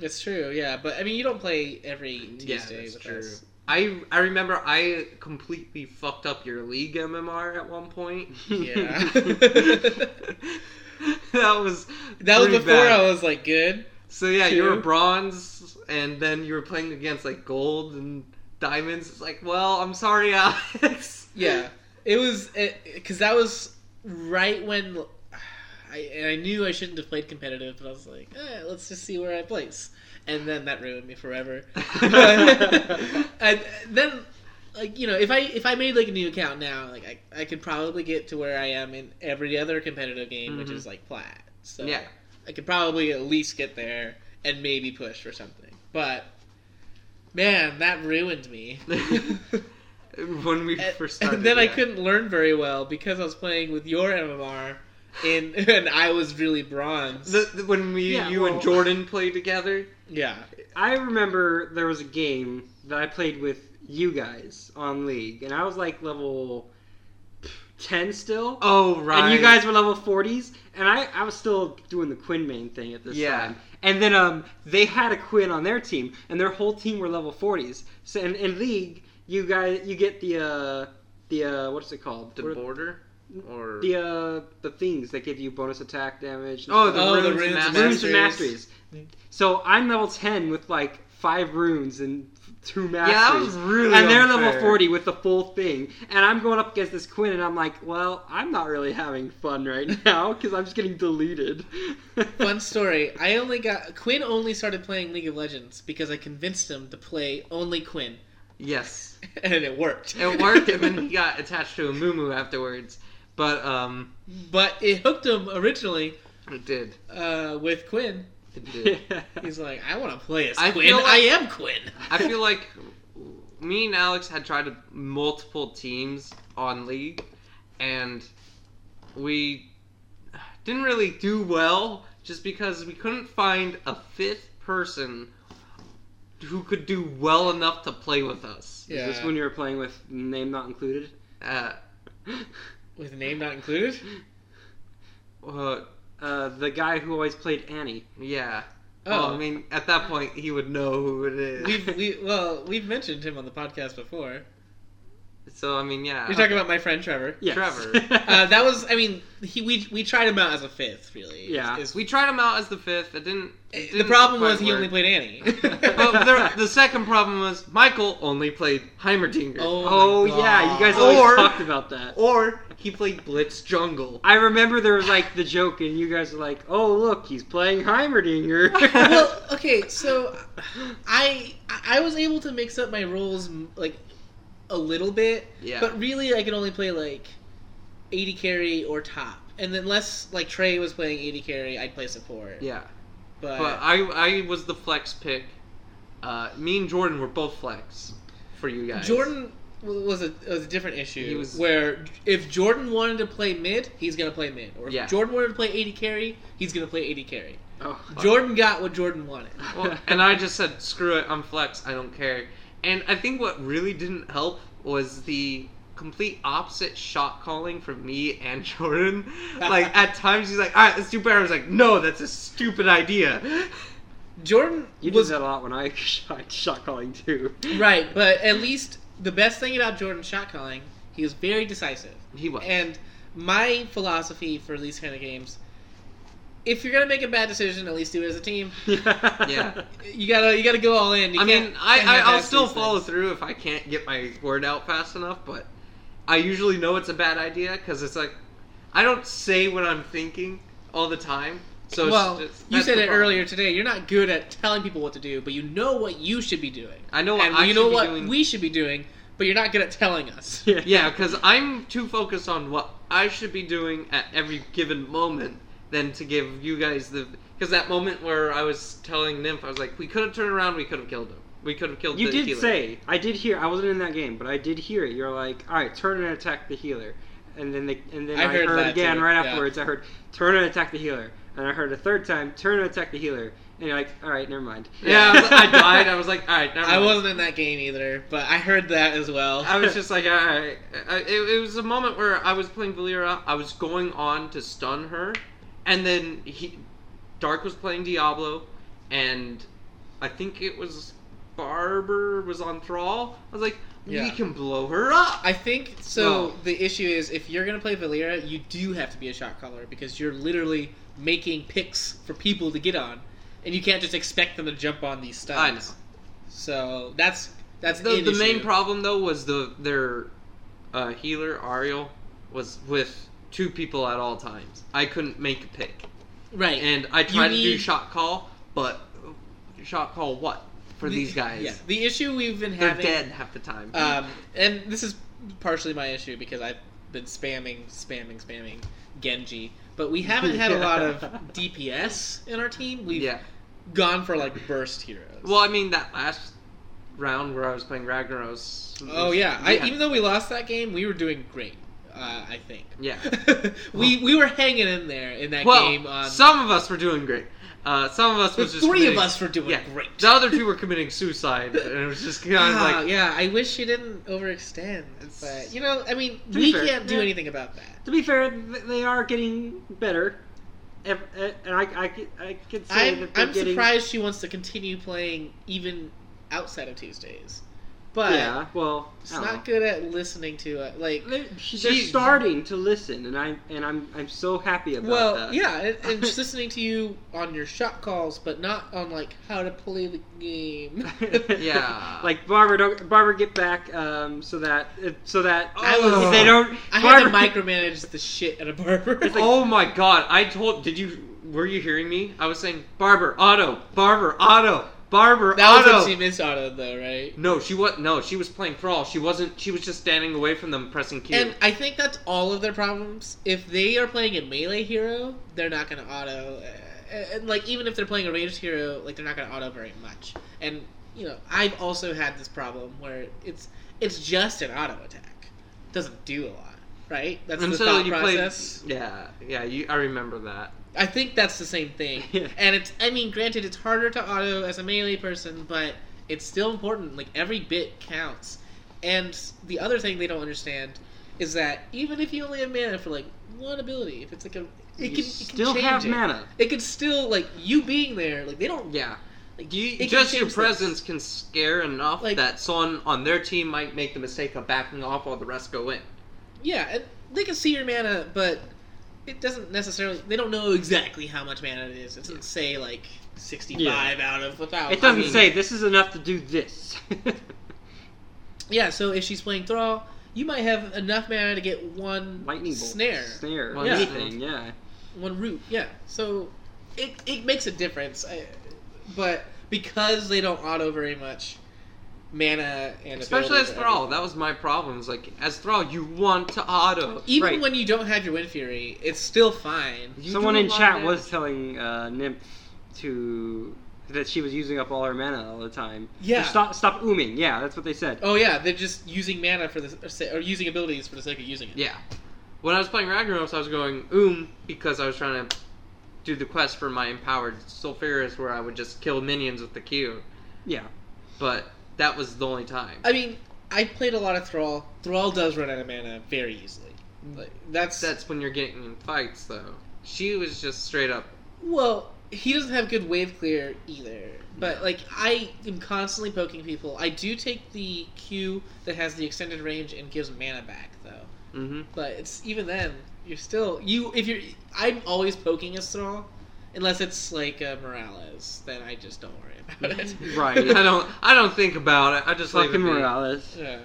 It's true, yeah. But I mean, you don't play every Tuesday
that's
with us.
I I remember I completely fucked up your league MMR at one point.
Yeah.
that was
That was
pretty
before
bad.
I was like good.
So yeah, you were
Two.
bronze, and then you were playing against like gold and diamonds. It's like, well, I'm sorry, Alex.
Yeah, it was because that was right when I and I knew I shouldn't have played competitive, but I was like, eh, let's just see where I place, and then that ruined me forever. and then like you know if i if i made like a new account now like i, I could probably get to where i am in every other competitive game which
Mhm.
is like plat so
yeah.
i could probably at least get there and maybe push for something but man that ruined me
When we
and,
first started,
and then i
yeah.
couldn't learn very well because i was playing with your mmr and, and i was really bronze
The, the- when we,
Yeah,
you
well-
and Jordan played together.
yeah
I remember there was a game that I played with you guys on League, and I was like level 10 still.
Oh right.
And you guys were level 40s, and I, I was still doing the Quinn main thing at this
Yeah.
time. And then um, they had a Quinn on their team, and their whole team were level 40s. So in, in League, you guys you get the uh, the uh, what's it called?
the
What are-
border or
the uh, the things that give you bonus attack damage. and
oh
stuff.
the
Oh, the
runes,
runes and
and
runes and
masteries.
masteries. So I'm level 10 with like five runes and f- two
Yeah,
masteries.
that was really
and they're level
unfair.
40 with the full thing. And I'm going up against this Quinn, and I'm like, well, I'm not really having fun right now because I'm just getting deleted.
Fun story. I only got Quinn only started playing League of Legends because I convinced him to play only Quinn,
Yes.
and it worked.
It worked, and then he got attached to a Moomoo afterwards. But um,
but it hooked him originally
it did.
uh, with Quinn.
It did.
He's like, I want to play as
I
Quinn.
feel like-
I am Quinn.
I feel like me and Alex had tried multiple teams on League, and we didn't really do well just because we couldn't find a fifth person who could do well enough to play with us.
Is this when you were playing with name not included?
Uh,
with name not included.
uh,
Uh, the guy who always played Annie.
yeah.
Oh,
well, I mean, at that point, he would know who it is.
we've we, well we've mentioned him on the podcast before.
So I mean, yeah.
You're talking about my friend Trevor.
Yes.
Trevor.
Uh, that was, I mean, he we we tried him out as a fifth, really. is-
Yeah.
is-
We tried him out as the fifth. It didn't. it
the
didn't
problem
quite
was he
work.
only played Annie.
But there, the second problem was Michael only played Heimerdinger.
oh,
my
yeah,
God.
you guys always
Or-
talked about that.
Or he played Blitz Jungle.
I remember there was like the joke, and you guys were like, "Oh, look, he's playing Heimerdinger."
well, okay, so I I was able to mix up my roles m- like a little bit,
Yeah.
but really I could only play like 80 carry or top. And then unless like Trey was playing 80 carry, I'd play support.
yeah.
But,
But I I was the flex pick. Uh, me and Jordan were both flex for you guys.
Jordan w- was a was a different issue
He was-
where if Jordan wanted to play mid, he's going to play mid. Or if
Yeah.
Jordan wanted to play 80 carry, he's going to play 80 carry.
oh,
Jordan got what Jordan wanted.
Well, and I just said, screw it, I'm flex, I don't care. And I think what really didn't help was the complete opposite shot calling from me and Jordan. Like, at times he's like, alright, let's do better. I was like, no, that's a stupid idea.
Jordan
you
was
did that a lot when I shot, shot calling too.
Right, but at least the best thing about Jordan's shot calling, he was very decisive.
He was.
And my philosophy for these kind of games, if you're gonna make a bad decision, at least do it as a team.
yeah.
You gotta you gotta go all in. You
I mean,
can't
I, I,
half-ass
I'll still
these
follow
things.
through if I can't get my word out fast enough, but I usually know it's a bad idea because it's like, I don't say what I'm thinking all the time. So it's
well,
just-
you
that's
said
the
it
problem.
earlier today. You're not good at telling people what to do, but you know what you should be doing.
I know what
and
I
you know
should be
what
doing.
we should be doing. but you're not good at telling us.
Yeah, because I'm too focused on what I should be doing at every given moment than to give you guys the. Because that moment where I was telling Nymph, I was like, we could have turned around, we could have killed him. We could have killed
You
the
did
healer."
say I did hear. I wasn't in that game, but I did hear it. You're like, all right, turn and attack the healer, and then they, and then
I
I,
heard
heard,
that
again
too,
right
yeah.
afterwards. I heard turn and attack the healer, and I heard a third time turn and attack the healer, and you're like, all right, never mind.
Yeah, I, was- I died. I was like, all right, never
I
mind."
wasn't in that game either, but I heard that as well.
I was just like, all right. I, it, it was a moment where I was playing Valera. I was going on to stun her, and then he, Dark was playing Diablo, and I think it was Barber was on Thrall. I was like,
Yeah.
we can blow her up.
I think so.
Well-
the issue is if you're gonna play Valera, you do have to be a shot caller because you're literally making picks for people to get on, and you can't just expect them to jump on these stuns.
I know.
So that's that's
the,
an
the main
issue.
problem though was the their uh, healer Ariel was with two people at all times. I couldn't make a pick,
right?
and I tried to do
need-
shot call, but shot call what for these guys?
yeah. The issue we've been
They're
having,
dead half the time.
um, and this is partially my issue because I've been spamming, spamming, spamming Genji, but we haven't had a lot of
Yeah.
DPS in our team. We've
yeah.
gone for like burst heroes.
Well, I mean that last round where I was playing Ragnaros.
Oh
was-
yeah. I, even though we lost that game, we were doing great. Uh, I think.
Yeah.
we we were hanging in there in that
well,
game. On
some of us were doing great. Uh, some of us
the
was just
three of
committing-
us were doing
yeah.
great.
The other two were committing suicide, and it was just kind of
Ah,
like
yeah, I wish you didn't overextend, but you know, I mean,
To
we
be fair,
can't do
yeah.
anything about that.
To be fair, th- they are getting better, Ev- eh, and I, I, c- I could say
I'm
that they're
I'm
getting.
surprised she wants to continue playing even outside of Tuesdays, but
Yeah, well,
it's
I don't know.
not good at listening to uh, like.
They're, they're
She's-
starting to listen, and I and I'm I'm so happy about
Well,
that.
yeah, and, and just listening to you on your shot calls, but not on like how to play the game.
Yeah.
like Barbara, don't, Barbara, get back um, so that if- so that
I was-
if they don't.
Oh. I had to
Barbara,
micromanage the shit out of Barber.
oh my god! I told. Did you? Were you hearing me? I was saying Barber Auto, Barber Auto, Barber
that was
Auto.
when she missed auto though, right?
no, she was no. She was playing Thrall. She wasn't. She was just standing away from them, pressing Q.
And I think that's all of their problems. If they are playing a melee hero, they're not gonna auto. uh, And like even if they're playing a ranged hero, like they're not gonna auto very much. And you know, I've also had this problem where it's it's just an auto attack, doesn't do a lot, right? That's the
Until
thought
you
process.
played. Yeah, yeah. You, I remember that.
I think that's the same thing.
Yeah.
And it's I mean, granted it's harder to auto as a melee person, but it's still important. Like every bit counts. And the other thing they don't understand is that even if you only have mana for like one ability, if it's like a
you
it can, it can
still
change
have
it.
mana.
It could still like you being there, like they don't
Yeah.
like
You,
it can
just your
change things.
presence can scare enough
Like-
that someone on their team might make the mistake of backing off while the rest go in.
Yeah, and they can see your mana, but it doesn't necessarily. They don't know exactly how much mana it is. It doesn't say like sixty-five out of without.
It doesn't
mean-
say this is enough to do this.
Yeah, so if she's playing Thrall, you might have enough mana to get one
Lightning bolt,
snare,
snare,
One
yeah.
snare.
anything. Yeah,
one root. Yeah, so it, it makes a difference. I, but because they don't auto very much, mana and
Especially
abilities
as
are
Thrall, that was my problem. It's like as Thrall, you want to auto.
everything. Even
Right.
when you don't have your Wind Fury, it's still fine.
You
someone
do a
in
lot of
chat
damage.
was telling uh, Nymph to that she was using up all her mana all the time.
Yeah.
stop, stop ooming. Yeah, that's what they said.
Oh yeah, they're just using mana for the or using abilities for the sake of using it.
Yeah. When I was playing Ragnaros, I was going oom because I was trying to do the quest for my empowered Sulfurus where I would just kill minions with the Q.
Yeah,
But that was the only time.
I mean, I played a lot of Thrall. Thrall does run out of mana very easily. Like, that's
That's when you're getting in fights, though. She was just straight up.
Well, he doesn't have good wave clear either. But like I am constantly poking people. I do take the Q that has the extended range and gives mana back though.
Mm-hmm.
But it's even then you're still you if you're I'm always poking a thrall unless it's like uh, Morales then I just don't worry about it.
Right.
I don't. I don't think about it. I just leave
fucking
it be.
Morales,
yeah.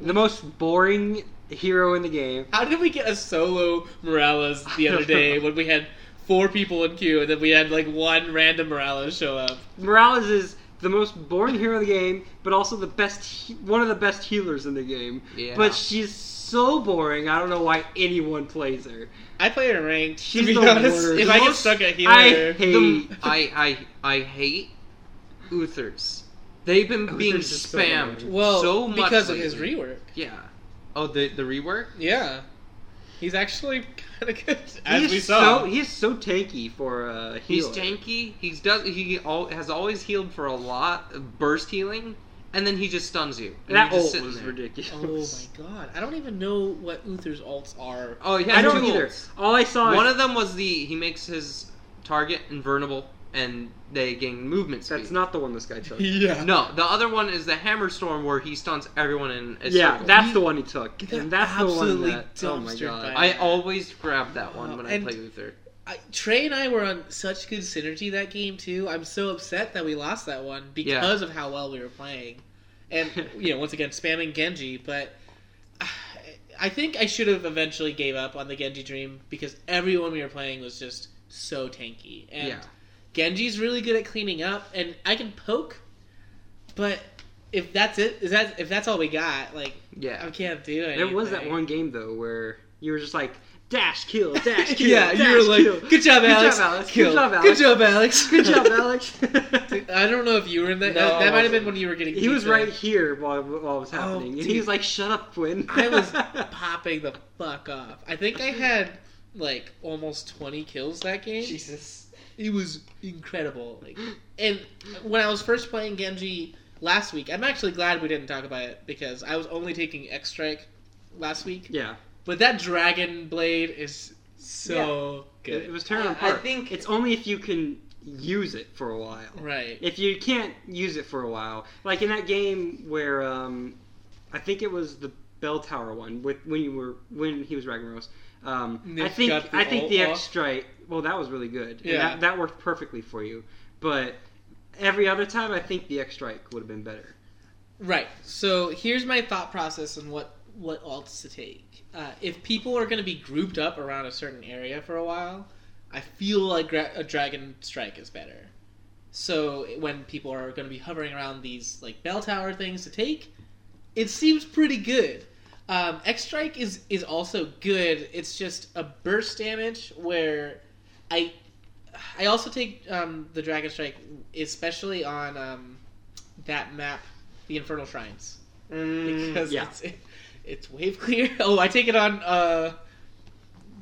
the most boring hero in the game.
How did we get a solo Morales the other day when we had four people in queue and then we had like one random Morales show up?
Morales is the most boring hero of the game, but also the best, he- one of the best healers in the game.
Yeah.
But she's so boring. I don't know why anyone plays her.
I play her ranked.
She's
to be
the
honest,
worst.
if I get
Most-
stuck at healer,
I
The-
hate.
I, I I hate Uthers. They've been being
Uthers is so
spammed so,
annoying.
well,
much
because of his
lately.
rework.
Yeah. Oh, the the rework.
Yeah, he's actually kind of good,
He
as
is
we saw.
so he is so tanky for a
He's
healer.
tanky. He's does he al- has always healed for a lot, burst healing, and then he just stuns you. And
That
you're just
ult
sitting
was
there.
Oh
ridiculous.
my god! I don't even know what Uther's alts are.
Oh, he has
I don't
two
either.
ults.
All I saw
One
is
of them was the he makes his target invulnerable, and they gain movement speed.
that's not the one this guy took.
Yeah.
No, the other one is the hammer storm where he stuns everyone in a
yeah,
circle.
that's the one he took,
They're
and that's the one
absolutely
that. Oh my
dumpstered
god!
by-
I always grab that one when I
And-
play Uther.
I, Trey and I were on such good synergy that game too. I'm so upset that we lost that one because of how well we were playing, and you know, once again, spamming Genji. But I- I think I should have eventually gave up on the Genji dream because everyone we were playing was just so tanky, and
Yeah.
Genji's really good at cleaning up, and I can poke, but if that's it, is that if that's all we got, like I
Yeah.
can't do it.
There was that one game though where you were just like dash kill, dash kill,
yeah, you
dash
were like,
kill.
good job,
Good
Alex.
job, Alex. Good
Kill.
job, Alex.
Good job, Alex.
Good job, Alex.
I don't know if you were in that.
No,
that
I
that might have
wasn't.
been when you were getting.
he was
pizza.
right here while while it was happening, and
Oh, dude.
he was like, "Shut up, Quinn."
I was popping the fuck off. I think I had like almost twenty kills that game.
Jesus.
It was incredible. Like, and when I was first playing Genji last week, I'm actually glad we didn't talk about it because I was only taking X Strike last week.
yeah,
But that Dragon Blade is so
it,
good.
it was tearing
I- I
apart.
think-
it's only if you can use it for a while.
right.
if you can't use it for a while, like in that game where um, I think it was the bell tower one with when you were when he was Ragnaros. Um, I
Nick
think
got the
I think
ult
the
off.
X strike. Well, that was really good. And
Yeah.
that, that worked perfectly for you. But every other time, I think the X strike would have been better.
Right. So here's my thought process on what what alts to take. Uh, if people are going to be grouped up around a certain area for a while, I feel like gra- a dragon strike is better. So when people are going to be hovering around these like bell tower things to take, it seems pretty good. Um, X Strike is is also good. It's just a burst damage where I I also take um, the Dragon Strike, especially on um, that map, the Infernal Shrines,
Mm.
Mm,
because
yeah.
it's it's wave clear. Oh, I take it on uh,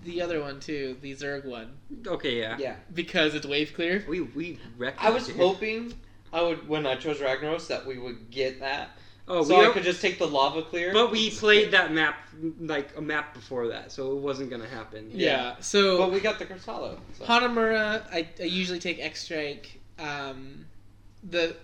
the other one too, the Zerg one,
Okay, yeah.
Yeah.
because it's wave clear.
We we wrecked.
I
that,
was
dude.
hoping I would when I chose Ragnaros that we would get that,
Oh,
so
we
I
are-
could just take the lava clear.
But we played that map like a map before that, so it wasn't gonna happen.
Yeah.
Yeah.
So
But we got the Cristallo. So.
Hanamura, I, I usually take X Strike. Um, the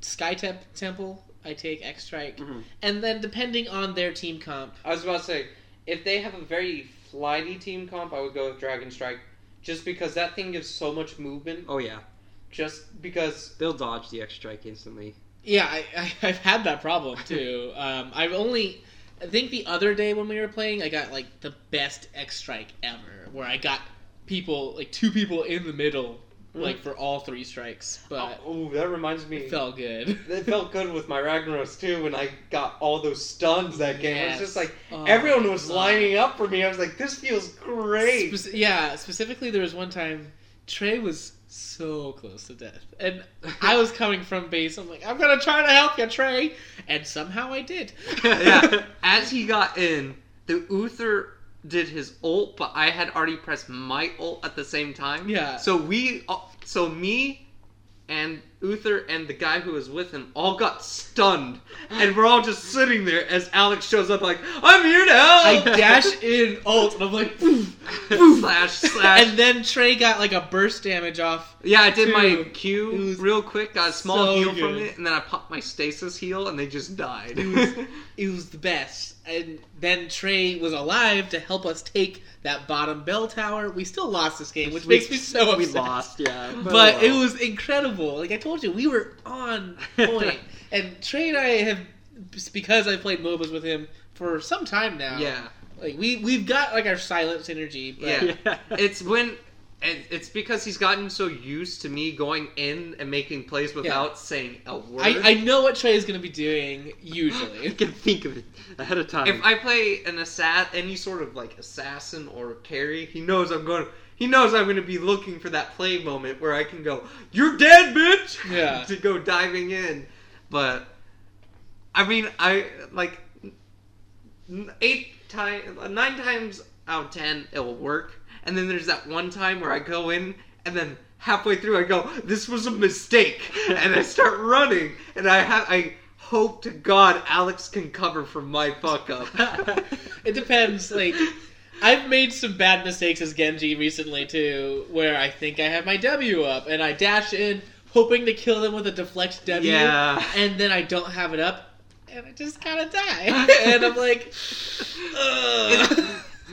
Sky Temp Temple, I take X Strike.
Mm-hmm.
Mhm.
And then depending on their team comp,
I was about to say, if they have a very flighty team comp, I would go with Dragon Strike, just because that thing gives so much movement.
Oh yeah,
Just because
they'll dodge the X strike instantly.
yeah, I, I, I've had that problem too. um, I've only, I think the other day when we were playing, I got like the best X Strike ever, where I got people, like two people in the middle, like for all three strikes. But
Mm. oh, that reminds me.
it felt good.
It felt good with my Ragnaros too when I got all those stuns that game. It was
Yes.
just like
Oh,
everyone was
God.
lining up for me. I was like, this feels great.
Spec- yeah, specifically, there was one time Trey was so close to death, and I was coming from base. I'm like, I'm gonna try to help you, Trey, and somehow I did.
yeah. As he got in, the Uther did his ult, but I had already pressed my ult at the same time.
Yeah.
So we, all- so me, and Uther and the guy who was with him all got stunned, and we're all just sitting there as Alex shows up like, "I'm here to
I
help."
dash in ult, and I'm like, "Oof, oof."
slash slash.
and then Trey got like a burst damage off.
yeah, I did
Two.
my
It
Q
was
real quick, got a small
so
heal from
good.
it, and then I popped my stasis heal, and they just died.
It was the best, and then Trey was alive to help us take that bottom bell tower. We still lost this game, which
We-
makes me so upset.
We lost, yeah.
Oh, but
oh
it
well.
was incredible. Like I told you, we were on point. and Trey and I have, because I played MOBAs with him for some time now.
yeah.
Like we we've got like our silent synergy. But
Yeah.
Yeah.
it's when and it's because he's gotten so used to me going in and making plays without saying a word.
I, I know what Trey is going to be doing
I
usually.
can think of it ahead of time.
if I play an assassin, any sort of like assassin or carry, he knows I'm going. He knows I'm going to be looking for that play moment where I can go, "You're dead, bitch!"
Yeah.
to go diving in. But I mean, I like n- eight times, nine times out of ten, it will work. And then there's that one time where I go in, and then halfway through, I go, "This was a mistake," and I start running, and I have I. Hope to God Alex can cover from my fuck up.
it depends. Like, I've made some bad mistakes as Genji recently too, where I think I have my W up and I dash in hoping to kill them with a deflect W,
Yeah.
and then I don't have it up, and I just kind of die, and I'm like, ugh.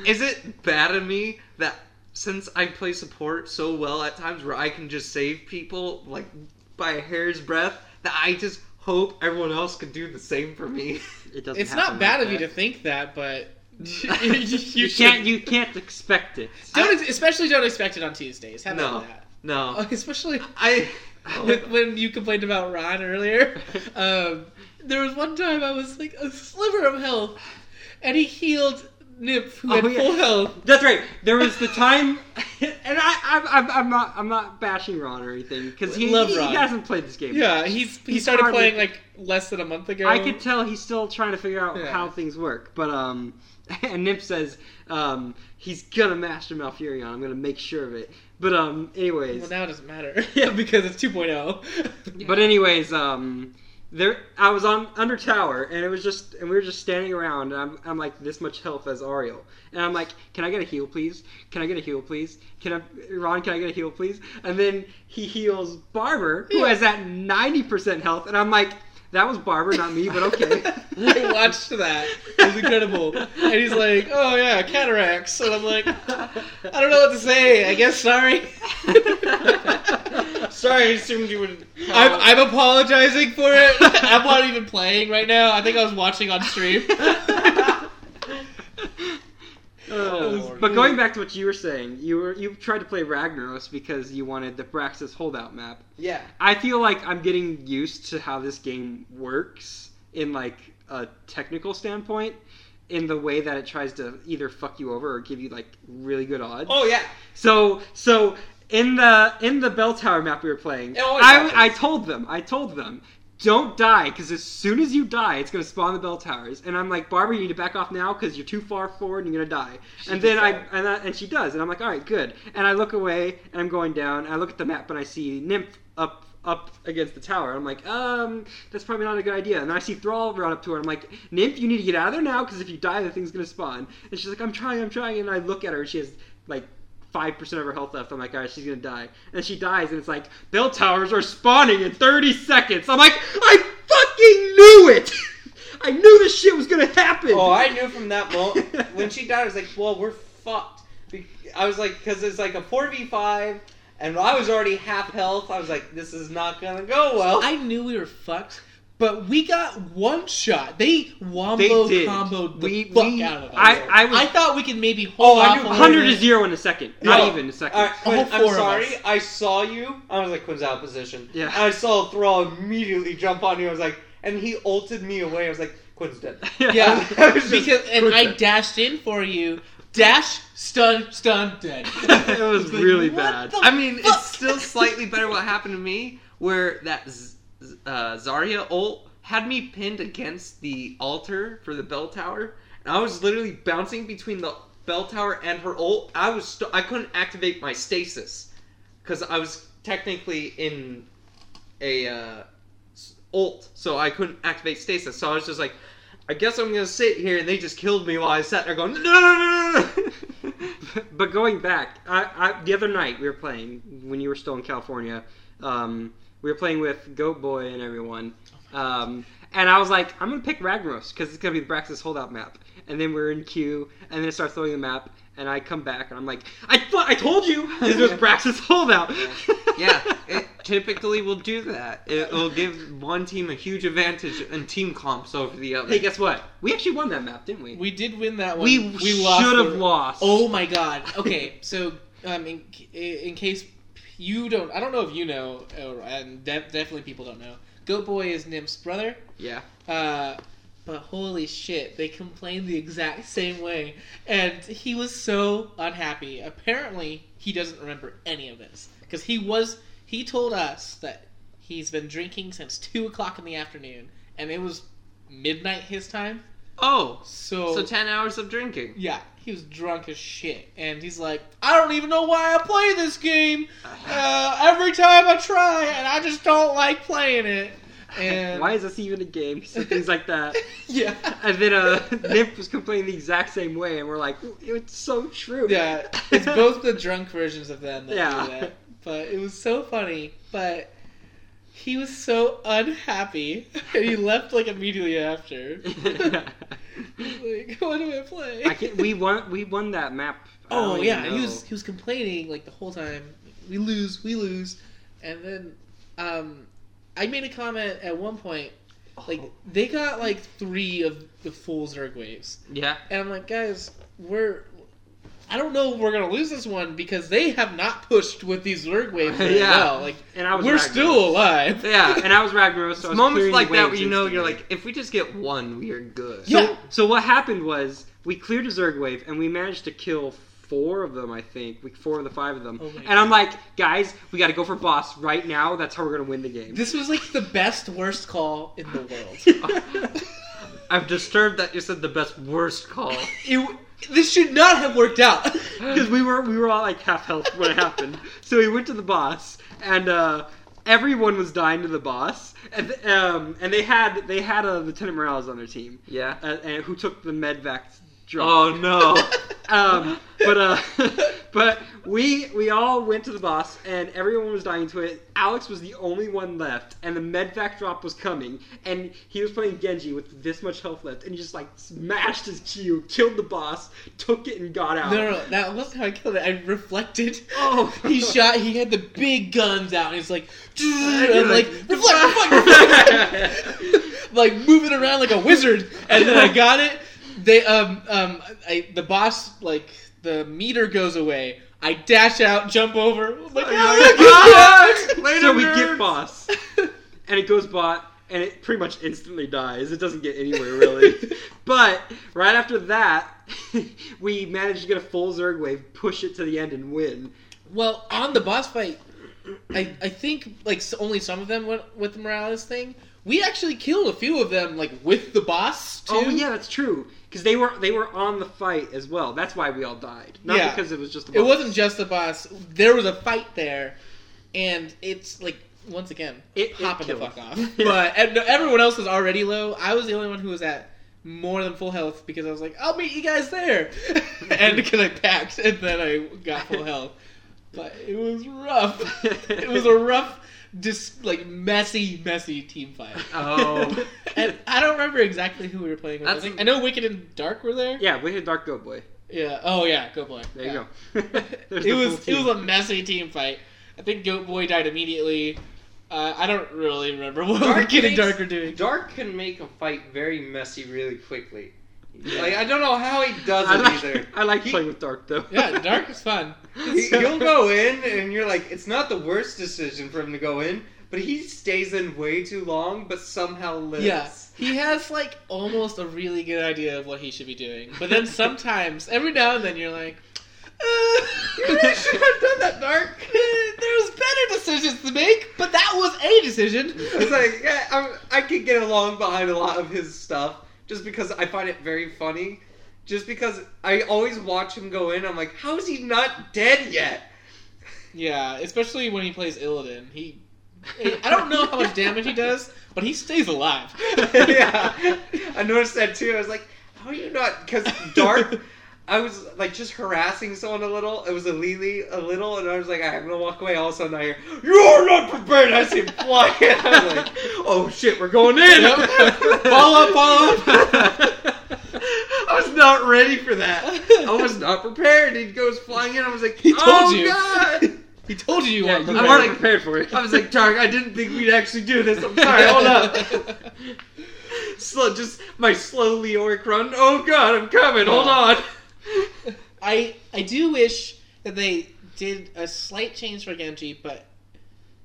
Is it bad of me that since I play support so well at times where I can just save people like by a hair's breadth that I just hope everyone else can do the same for me?
it doesn't.
it's not
happen
bad
like
of you
that.
to think that, but you, you-
You,
you
can't.
should-
You can't expect it.
don't ex- especially don't expect it on Tuesdays. How about
No.
that?
No.
Especially
I
when, when you complained about Ron earlier, um, there was one time I was like a sliver of health, and he healed Nip, who had
Oh, yeah.
full health.
That's right. There was the time, and I, I'm, I'm, I'm not, I'm not bashing Ron or anything because he,
Love
he,
Ron.
hasn't played this game.
Yeah, he's he
He's
started
hardly-
playing like less than a month ago.
I could tell he's still trying to figure out
Yeah.
how things work. But um, and Nip says um, he's gonna master Malfurion. I'm gonna make sure of it. But um, anyways,
Well, now it doesn't matter because it's oh. 2.0.
But anyways, um, there I was on under tower, and it was just, and we were just standing around, and I'm, I'm like this much health as Ariel, and I'm like, can I get a heal, please? Can I get a heal, please? Can I, Ron? Can I get a heal, please? And then he heals Barber, who has at ninety percent health, and I'm like, that was Barber, not me, but okay.
I watched that. It was incredible. And he's like, "Oh yeah, cataracts," and I'm like, "I don't know what to say. I guess sorry.
sorry, I assumed you would.
I'm, I'm apologizing for it. I'm not even playing right now. I think I was watching on stream."
Uh,
Lord.
but going back to what you were saying, you were you tried to play Ragnaros because you wanted the Braxis holdout map.
yeah.
I feel like I'm getting used to how this game works in like a technical standpoint, in the way that it tries to either fuck you over or give you like really good odds.
Oh yeah.
So so in the in the bell tower map we were playing,
It always
I
happens.
I told them I told them. Don't die, because as soon as you die, it's gonna spawn the bell towers, and I'm like, Barbara, you need to back off now, because you're too far forward and you're gonna die. and then
does
I
that.
and, I and she does, and I'm like, all right, good. And I look away, and I'm going down. And I look at the map, and I see Nymph up up against the tower. I'm like, um, that's probably not a good idea. And then I see Thrall run up to her. and I'm like, Nymph, you need to get out of there now, because if you die, the thing's gonna spawn. And she's like, I'm trying, I'm trying. And I look at her, and she has like. 5% of her health left. I'm like, alright, she's gonna die. And she dies, and it's like, bell towers are spawning in 30 seconds. I'm like, I fucking knew it! I knew this shit was gonna happen!
Oh, I knew from that moment when she died. I was like, "Well, we're fucked." Be- I was like, "Cause it's like a four v five, and I was already half health. I was like, this is not gonna go well."
I knew we were fucked, but we got one shot. They
They
wombo
did.
comboed the
We-
fuck
we-
out of us.
I- I was-
thought we could maybe hold
Oh, I
off
knew
a little
100 to
bit.
0 in a second. Not
No.
even a second.
All right,
A whole
Quinn,
four
I'm
of
sorry.
us.
I saw you. I was like Quinn's out of position.
Yeah.
I saw Thrall immediately jump on you. I was like, and he ulted me away. I was like, Quinn's dead.
Yeah,
I was just
because and I
perfect.
dashed in for you. Dash, stun, stun, dead.
it was
Like,
really
what
bad.
the
I mean,
fuck?
it's still slightly better what happened to me, where that Z- Z- uh, Zarya ult had me pinned against the altar for the bell tower, and I was literally bouncing between the bell tower and her ult. I was st- I couldn't activate my stasis because I was technically in a uh, s- ult, so I couldn't activate stasis. So I was just like. I guess I'm gonna sit here, and they just killed me while I sat there going, no, no, no, no, no.
but going back, I, I, the other night we were playing when you were still in California. Um, we were playing with Goat Boy and everyone, um, and I was like, I'm gonna pick Ragnaros because it's gonna be the Braxis holdout map. And then we're in queue, and then it starts loading the map, and I come back and I'm like, I fu- I told you this was Braxis holdout.
yeah, it typically will do that. It will give one team a huge advantage in team comps over the other.
hey, guess what? We actually won that map, didn't we?
We did win that one.
We
lost
should
the-
have lost.
Oh my god. Okay, so um, in, in case you don't, I don't know if you know, or, and de- definitely people don't know. Goat Boy is Nymph's brother.
Yeah.
Uh, but holy shit, they complained the exact same way, and he was so unhappy. Apparently, he doesn't remember any of this because he was. He told us that he's been drinking since two o'clock in the afternoon, and it was midnight his time.
Oh,
So,
so ten hours of drinking.
yeah, he was drunk as shit, and he's like, I don't even know why I play this game.
Uh-huh.
Uh, every time I try, and I just don't like playing it. And
Why is this even a game? He said things like that.
yeah,
And then uh, Nymph was complaining the exact same way, and we're like, it's so true.
Yeah, it's both the drunk versions of them that
Yeah.
do that. But it was so funny. But he was so unhappy, and he left like immediately after. like, what do I play?
I can't, we won. We won that map. I don't
oh
even
yeah, he
know.
was he was complaining like the whole time. We lose, we lose, and then um, I made a comment at one point. Like
Oh.
they got like three of the full Zerg waves.
Yeah.
And I'm like, guys, we're. I don't know if we're gonna lose this one because they have not pushed with these Zerg waves very
Yeah.
well. Like
and I was
we're
Ragnaros.
still alive.
Yeah,
and I was Ragnaros. So I was
Moments
clearing
like that
waves
where you know you're
instantly.
like, if we just get one, we are good.
Yeah.
So, so what happened was we cleared a Zerg wave and we managed to kill four of them. I think we four of the five of them.
Oh my
and
God.
I'm like, guys, we got to go for boss right now. That's how we're gonna win the game.
this was like the best worst call in the world.
I'm disturbed that you said the best worst call.
it, this should not have worked out.
because we were we were all like half health when it happened. So we went to the boss, and uh, everyone was dying to the boss, and um, and they had they had uh, Lieutenant Morales on their team,
yeah.
uh, and who took the medvac drug.
Oh no.
Um, but uh, but we we all went to the boss, and everyone was dying to it. Alex was the only one left, and the medvac drop was coming, and he was playing Genji with this much health left, and he just like smashed his Q, killed the boss, took it, and got out.
No, no, no, that wasn't how I killed it. I reflected.
Oh.
he shot. He had the big guns out. And he's like,
you're
and like,
like,
reflect, reflect, reflect. like moving around like a wizard. And then I got it. They um um I, the boss like the meter goes away. I dash out, jump over. I'm Oh, like, "Ah,
Ah!
I got it."
so we get
nerds.
boss, and it goes bot, and it pretty much instantly dies. It doesn't get anywhere really. but right after that, we managed to get a full Zerg wave, push it to the end, and win.
Well, on the boss fight, I, I think like s- only some of them went with the Morales thing. We actually killed a few of them like with the boss too.
Oh yeah, that's true. Because they were they were on the fight as well. That's why we all died. Not
Yeah.
because it was just the
It
boss.
wasn't just the boss. There was a fight there, and it's like once again
It- it
popping the
killed.
fuck off. but and everyone else was already low. I was the only one who was at more than full health because I was like, "I'll meet you guys there," and because I packed and then I got full health. But it was rough. it was a rough, just like messy, messy team fight.
Oh.
and I don't remember exactly who we were playing with. I,
That's-
think- I know Wicked and Dark were there.
Yeah, we had Dark Goat Boy.
Yeah. Oh yeah. Go play.
There
Yeah.
you go. There's
it
the
was
full
it
team.
was a messy team fight. I think Goat Boy died immediately. Uh, I don't really remember what
Dark
we're getting
makes-
darker doing.
Dark can make a fight very messy really quickly. Like I don't know how he does
I
it
like,
either.
I like
He-
playing with Dark though.
Yeah, dark is fun.
He- He'll go in, and you're like, it's not the worst decision for him to go in, but he stays in way too long, but somehow lives.
Yeah, he has like almost a really good idea of what he should be doing, but then sometimes, every now and then, you're like, uh, "You really should have done that, Dark. There's better decisions to make, but that was a decision."
It's like, yeah, I'm, I could get along behind a lot of his stuff just because I find it very funny. Just because I always watch him go in, I'm like, how is he not dead yet?
Yeah, especially when he plays Illidan. He, I don't know how much damage he does, but he stays alive.
yeah, I noticed that too. I was like, how are you not? Because Dark, I was like just harassing someone a little. It was a Lily a little, and I was like, "All right, I'm gonna walk away. All of a sudden, I hear, "You're not prepared." I see him fly. And I was like, "Oh shit, we're going in!"
Yep. Ball up, ball
I was not ready for that. I was not prepared. He goes flying in. I was like,
He told
"Oh
you."
god!"
He told you you
Yeah,
weren't
you
I'm
weren't
like-
prepared for it.
I was like, Dark, I didn't think we'd actually do this. I'm sorry, hold up. Slow, just my slow Leoric run.
Oh.
Oh god, I'm coming, hold on.
I I do wish that they did a slight change for Genji, but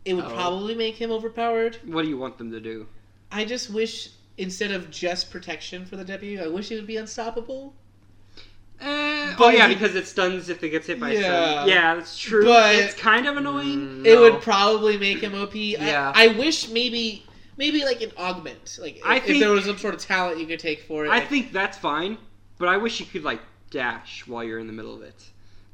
it would
Oh.
probably make him overpowered.
What do you want them to do?
I just wish instead of just protection for the W, I wish it would be unstoppable.
Eh, oh
But
yeah,
he-
because it stuns if it gets hit by a
Yeah.
stun. Yeah, that's true.
But-
it's kind of annoying.
Mm,
It
no.
would probably make him OP.
Yeah.
I, I wish maybe maybe like an augment. Like if,
I
if there
think-
was some sort of talent you could take for it.
I
like-
think that's fine, but I wish you could like dash while you're in the middle of it.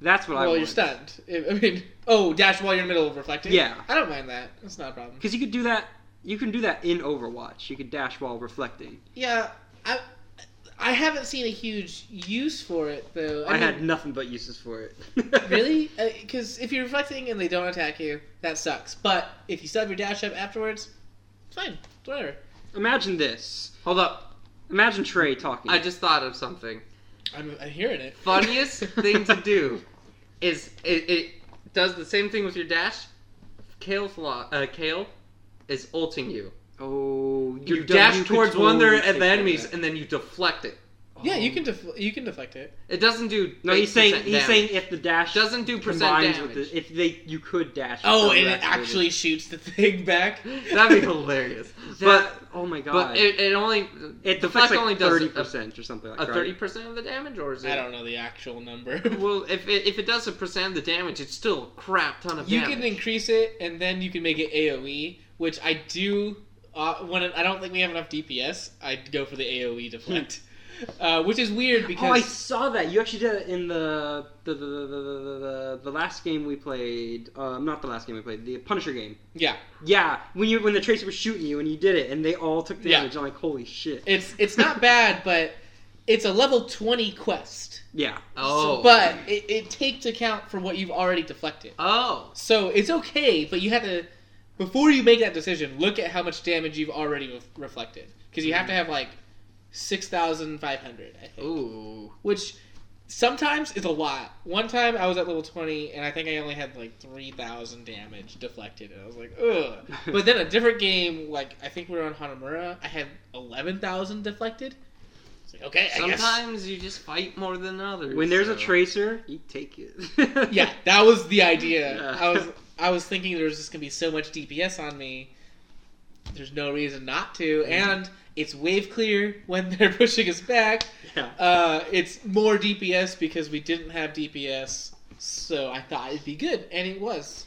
That's what I
Well,
want.
you're stunned. I I mean, oh, dash while you're in the middle of reflecting.
Yeah.
I don't mind that. That's not a problem.
Because you could do that. You can do that in Overwatch. You could dash while reflecting.
Yeah, I I haven't seen a huge use for it though.
I, had
mean,
nothing but uses for it.
really because if you're reflecting and they don't attack you, that sucks. But if you still have your dash up afterwards, it's fine. It's Whatever.
Imagine this.
Hold up.
Imagine Trey talking.
I just thought of something.
I'm, I'm hearing it.
Funniest thing to do is it, it does the same thing with your dash. Kale, flaw, uh, Kale is ulting you.
Oh,
You,
you're done.
dash
You could
towards one there
totally
at
take
the
care of
enemies,
that.
and then you deflect it.
yeah, you can def- you can deflect it.
It doesn't do.
No, he's
8%
saying he's
damage.
saying if the dash
doesn't do percent
combines
damage.
with the, if they you could dash. until
Oh, and
you
it
activate
actually shoots the thing back.
That'd be hilarious.
That- oh my god!
But it, it only
it
the
deflects
flex
like
only does
thirty
a-
percent or something like
a
that.
thirty percent of the damage, or is it?
I don't know the actual number.
Well, if it, if it does a percent of the damage, it's still a crap ton of
You
damage.
can increase it, and then you can make it AOE, which I do. Uh, when I don't think we have enough DPS, I'd go for the AOE deflect, uh, which is weird
Hmm. Oh, I
because
saw that. You actually did it in the the the, the, the, the, the, the last game we played. Um, not the last game we played. The Punisher game.
yeah,
Yeah, when you when the tracer was shooting you and you did it and they all took
Yeah.
damage. I'm like, holy shit.
it's it's not bad, but it's a level twenty quest.
yeah.
Oh,
So- but it, it takes account for what you've already deflected.
oh,
So it's okay, but you have to before you make that decision, look at how much damage you've already ref- reflected because you have
Hmm.
to have like six thousand five hundred. I think.
ooh,
which sometimes is a lot. One time I was at level 20 and I think I only had like 3,000 damage deflected, and I was like, ugh. but then a different game, like I think we were on Hanamura, I had 11,000 deflected. It's like, okay, I guess.
sometimes you just fight more than others.
When there's a
so-
tracer, you take it.
Yeah, that was the idea.
Yeah.
I was I was thinking there was just gonna be so much DPS on me. There's no reason not to, and it's wave clear when they're pushing us back.
Yeah.
Uh, it's more DPS because we didn't have DPS, so I thought it'd be good, and it was.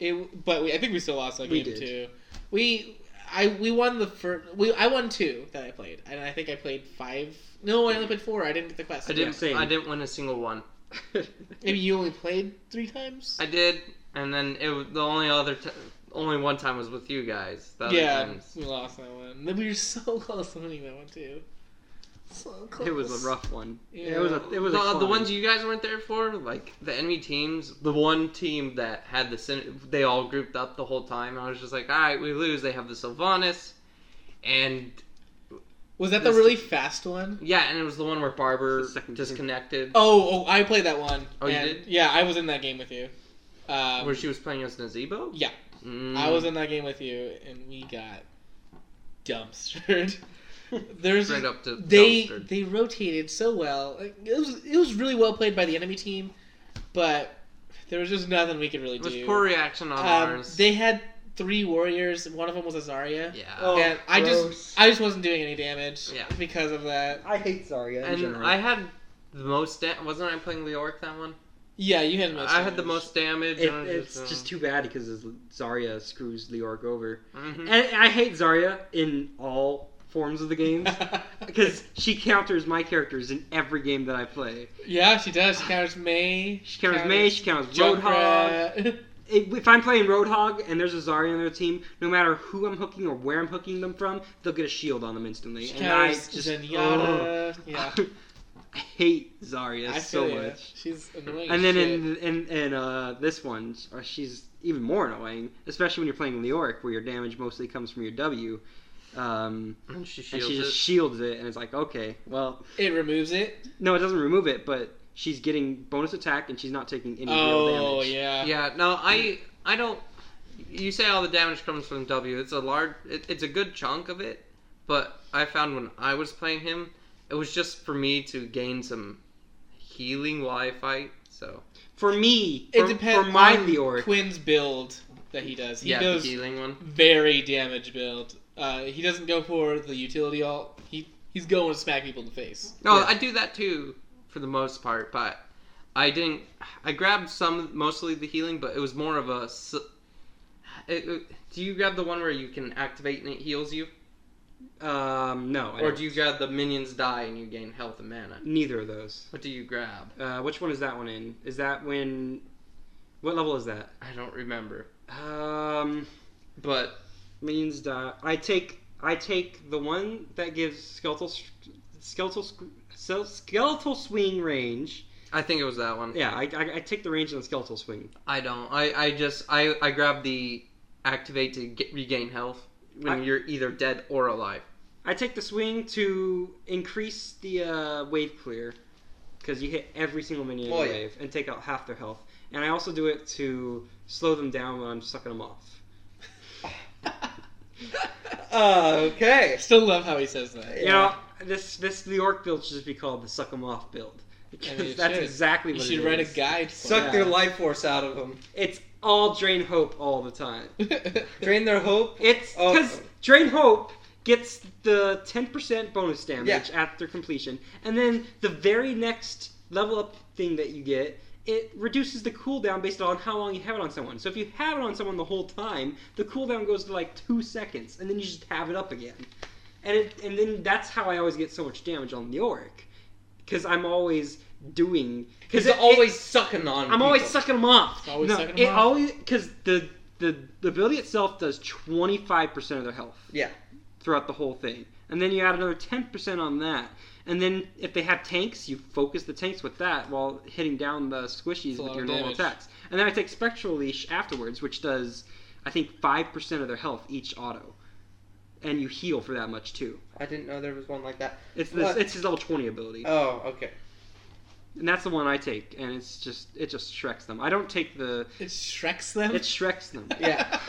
It, but we, I think we still lost that
We
game
did.
too. We, I, we won the first. We, I won two that I played, and I think I played five. No, I only played four. I didn't get the quest.
I didn't.
same.
I didn't win a single one.
Maybe you only played three times.
I did, and then it was the only other t- only one time was with you guys. The other
yeah,
times-
we lost that one. Then we were so close to winning that one too. So close.
it was a rough one. It was a it was a
the, the
climb.
ones you guys weren't there for, like the enemy teams, the one team that had the Syn- they all grouped up the whole time. I was just like, all right, we lose. They have the Sylvanas, and
Was that the
This-
really fast one?
yeah, and it was the one where Barber
It's the second team.
disconnected,
Oh, oh, I played that one.
Oh, you
and-
did?
Yeah, I was in that game with you.
Oh.
Um,
where she was playing as Nazebo.
yeah,
Mm.
I was in that game with you, and we got dumpstered. There's
straight up to
they
dumpstered.
they rotated so well. Like, It was it was really well played by the enemy team, but there was just nothing we could really
It was
do.
poor reaction on
um,
ours.
they had three warriors. One of them was Azaria.
yeah.
Oh,
and I
gross.
just I just wasn't doing any damage
Yeah.
because of that.
I hate Zarya in
and
general.
I had the most. Da- wasn't I playing Leoric that one?
Yeah, you had most.
I had the
damage.
most damage.
It-
and I was
it's just too bad because Zarya screws Leoric over.
Mm.
Mhm.
And I hate Zarya in all forms of the games because she counters my characters in every game that I play.
yeah, she does. She counters May.
She counters May, she counters Roadhog.
Junkrat.
If if I'm playing Roadhog and there's a Zarya on their team, no matter who I'm hooking or where I'm hooking them from, they'll get a shield on them instantly.
She
and I
counters
just ugh.
Zenyatta. Yeah,
I hate Zarya
I
so
feel ya.
much.
She's annoying.
And then
as
in in in uh, this one, uh, she's even more annoying, especially when you're playing Leoric, where your damage mostly comes from your W. Um,
and she
and
shields
she just
it.
shields it, and it's like, okay, well,
shit. it removes it.
no, it doesn't remove it, but she's getting bonus attack, and she's not taking any real
Oh
damage.
yeah.
Yeah, no, I I don't. You say all the damage comes from W. It's a large. It, it's a good chunk of it, but I found when I was playing him, it was just for me to gain some healing while I fight. So
For me,
It
for,
depends
for my
on
the orc.
Quinn's build that he does. He
yeah,
goes
the healing one.
very damage build. Uh, he doesn't go for the utility alt. He he's going to smack people in the face.
No,
Yeah.
I do that too for the most part, but I didn't. I grabbed some, mostly the healing, but it was more of a. s- It, it- do you grab the one where you can activate and it heals you,
Um, no, I
or
don't.
do you grab the minions die and you gain health and mana?
neither of those.
What do you grab?
Uh, which one is that one in? Is that when? What level is that?
I don't remember,
Um,
but
minions die. I take I take the one that gives skeletal s- skeletal sc- so- skeletal swing range.
I think it was that one.
Yeah, I, I, I take the range on skeletal swing.
I don't. I I just I I grabbed the activate to get, regain health when
I-
you're either dead or alive.
I take the swing to increase the uh, wave clear because you hit every single minion in
Oh,
the
yeah.
wave and take out half their health. And I also do it to slow them down when I'm sucking them off.
Uh, okay.
Still love how he says that.
You know, this this the orc build should just be called the suck 'em off build. Because
it
that's
should.
exactly
You
what
should
it
write a
is.
guide. For
Suck
Yeah.
their life force out of them.
It's all drain hope all the time.
it.
Drain their hope.
It's
Oh.
because drain hope gets the ten percent bonus damage after completion, and then the very next level up thing that you get. It reduces the cooldown based on how long you have it on someone. So if you have it on someone the whole time, the cooldown goes to like two seconds, and then you just have it up again. And it, and then that's how I always get so much damage on the orc, because I'm always doing because
Because it's always sucking on.
I'm always
people.
sucking them off.
It's always
no,
sucking 'em
it
off.
always because the, the the ability itself does 25 percent of their health
Yeah.
throughout the whole thing, and then you add another 10 percent on that, and then if they have tanks, you focus the tanks with that while hitting down the squishies
It's a
with
lot
your
of
normal
damage.
attacks, and then I take spectral leash afterwards, which does I think five percent of their health each auto, and you heal for that much too.
I didn't know there was one like that.
It's this,
What?
it's his level 20 ability.
Oh, okay.
and that's the one I take, and it's just it just shreks them. I don't take the
Shreks them.
it shreks them.
Yeah.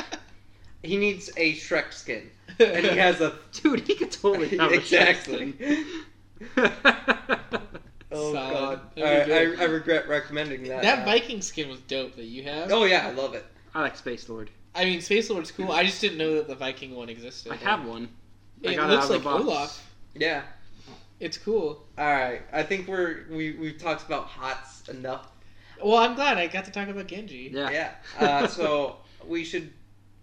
He needs a Shrek skin, and he has a
Dude, he could totally have
exactly.
A
Oh
Solid.
god!
That'd be
Alright,
good.
I, I regret recommending
uh,
that.
that
now.
Viking skin was dope that you have.
Oh yeah, I love it.
I like Space Lord.
I mean, Space Lord's cool. I just didn't know that the Viking one existed.
I have one. I
It
got it
looks
out of
like
the box.
Olaf.
Yeah.
It's cool.
All right. I think we're we we've talked about hots enough.
Well, I'm glad I got to talk about Genji.
Yeah.
Yeah. Uh, so we should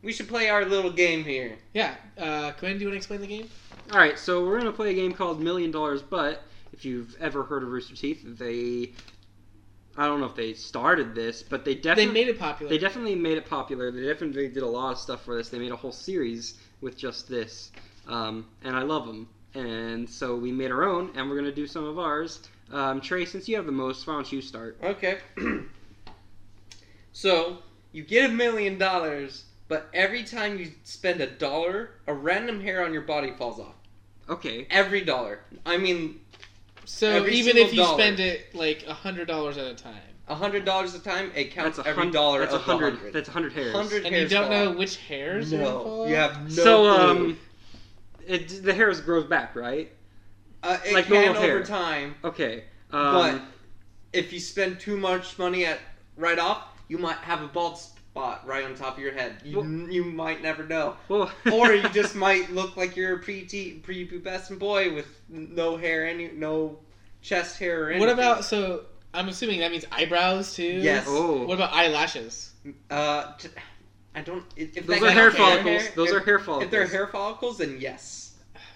we should play our little game here.
Yeah. Uh, Quinn, do you want to explain the game?
All right, so we're gonna play a game called Million Dollars Butt. If you've ever heard of Rooster Teeth, they, I don't know if they started this, but they
They
definitely
made it popular.
They definitely made it popular. They definitely did a lot of stuff for this. They made a whole series with just this, um, and I love them. And so we made our own, and we're gonna do some of ours. Um, Trey, since you have the most, why don't you start?
Okay. so you get a million dollars, but every time you spend a dollar, a random hair on your body falls off.
Okay.
Every dollar. I mean,
so
every
even
single
if you
dollar.
spend it like a hundred dollars at a time,
a hundred dollars a time. It counts
That's a
every
hundred.
dollar
That's a
of the hundred.
hundred. That's a hundred hairs.
Hundred
and you
hairs
don't
fall
know
off.
which hairs are gonna fall
No,
off?
you have no
so
clue.
um, it the hairs grows back, right?
Uh, it
like
can
normal
over
hair.
time,
Okay.
but
Um,
if you spend too much money at right off, you might have a bald spot right on top of your head. You, you might never know,
well,
or you just might look like you're a pre prepubescent boy with no hair, any no chest hair. Or anything.
What about so? I'm assuming that means eyebrows too.
Yes.
Oh.
What about eyelashes?
Uh, t- I don't. If if
those
they
are
have
hair
hair,
follicles. Those
if,
are hair
If
follicles.
they're hair follicles, then yes.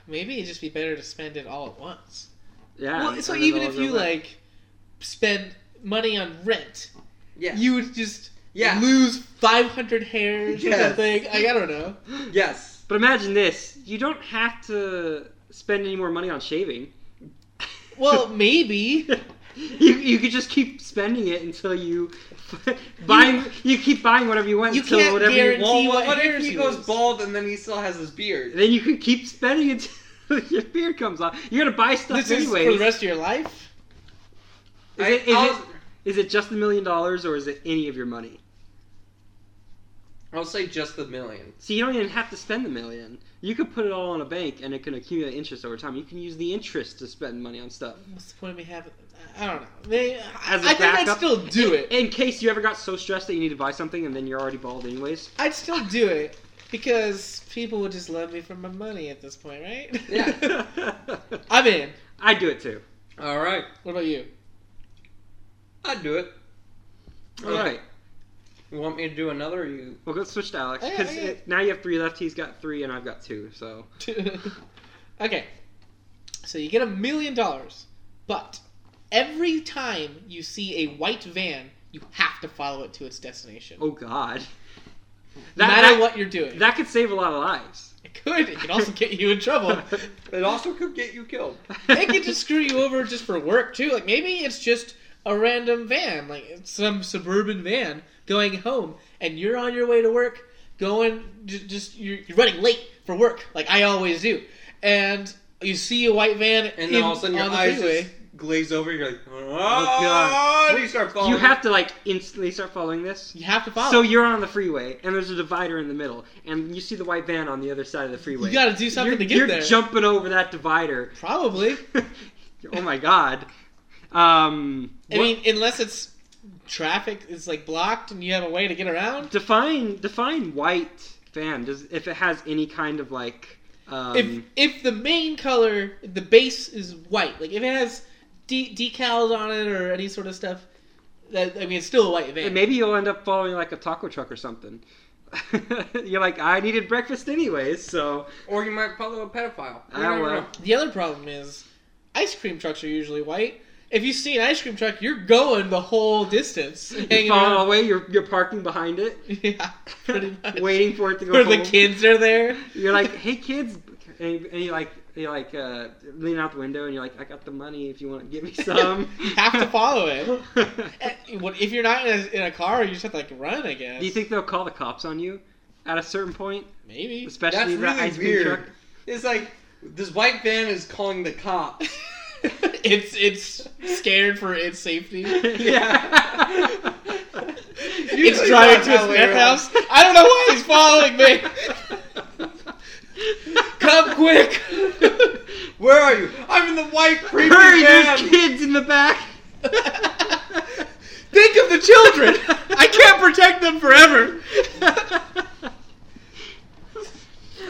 Maybe it'd just be better to spend it all at once.
Yeah.
well, so
hundred
even
dollars
if you
grow back.
like spend money on rent,
Yeah.
you would just
yeah.
lose 500 hairs or
Yes.
something. Like, I don't know.
Yes.
But imagine this: you don't have to spend any more money on shaving.
Well, maybe.
you you could just keep spending it until you buying. You keep buying whatever you want
You
until
can't
whatever you
guarantee
want.
what-
Well, what if
hairs
he
he
goes
was.
bald and then he still has his beard?
Then you can keep spending it until your beard comes off. You're gonna buy stuff
this
anyway.
is for the rest of your life.
Is
I-
it- is
I'll,
it- Is it just the million dollars or is it any of your money?
I'll say just the million.
See, you don't even have to spend the million. You could put it all on a bank and it can accumulate interest over time. You can use the interest to spend money on stuff.
What's the point of me having? I don't know. They,
As a
I think I'd
backup?
still do it.
In case you ever got so stressed that you need to buy something and then you're already bald anyways.
I'd still do it because people would just love me for my money at this point, right? I'm in.
I'd do it too.
All right,
What about you?
I'd do it.
All
Yeah.
right.
You want me to do another? Or you
Well, let's switch to Alex
Yeah,
because
yeah.
now you have three left. He's got three, and I've got two. So
okay. So you get a million dollars, but every time you see a white van, you have to follow it to its destination.
oh god,
no
that
matter
that,
what you're doing.
that could save a lot of lives.
it could. It could also get you in trouble.
It also could get you killed.
it could just screw you over just for work too. Like maybe it's just a random van, like it's some suburban van going home, and you're on your way to work, going j- just you're, you're running late for work, like I always do, and you see a white van,
And then
in-
all of a sudden
on
your
the
eyes
freeway.
just glaze over. You're like, oh,
God.
Oh,
And you start falling.
you have to like instantly start following this.
you have to follow.
So you're on the freeway, and there's a divider in the middle, and you see the white van on the other side of the freeway.
you got to do something
you're,
to get
you're
there.
jumping over that divider.
Probably.
oh my god. Um,
I mean, unless it's traffic is like blocked and you have a way to get around.
define define white van. Does if it has any kind of like um,
if if the main color the base is white like if it has de- decals on it or any sort of stuff that i mean it's still a white van
And maybe you'll end up following like a taco truck or something. You're like, I needed breakfast anyways, so
Or you might follow a pedophile. You
Ah,
never
well.
know.
the other problem is ice cream trucks are usually white if you see an ice cream truck you're going the whole distance
you
hanging
fall
around.
away. You're you're parking behind it,
yeah pretty much
waiting for it to go.
where the
home.
kids are there
You're like, hey kids, and, and you like you like uh, lean out the window and you're like, I got the money if you want to give me some.
you have to follow it And what- if you're not in a, in a car you just have to like run i guess
Do you think they'll call the cops on you at a certain point,
maybe
especially
That's
the
really
ice cream
weird.
truck?
It's like this white van is calling the cops.
it's it's scared for its safety
yeah.
it's driving to his meth house. I don't know why he's following me. Come quick!
Where are you? I'm in the white creepy
Hurry,
van.
there's kids in the back.
Think of the children. I can't protect them forever.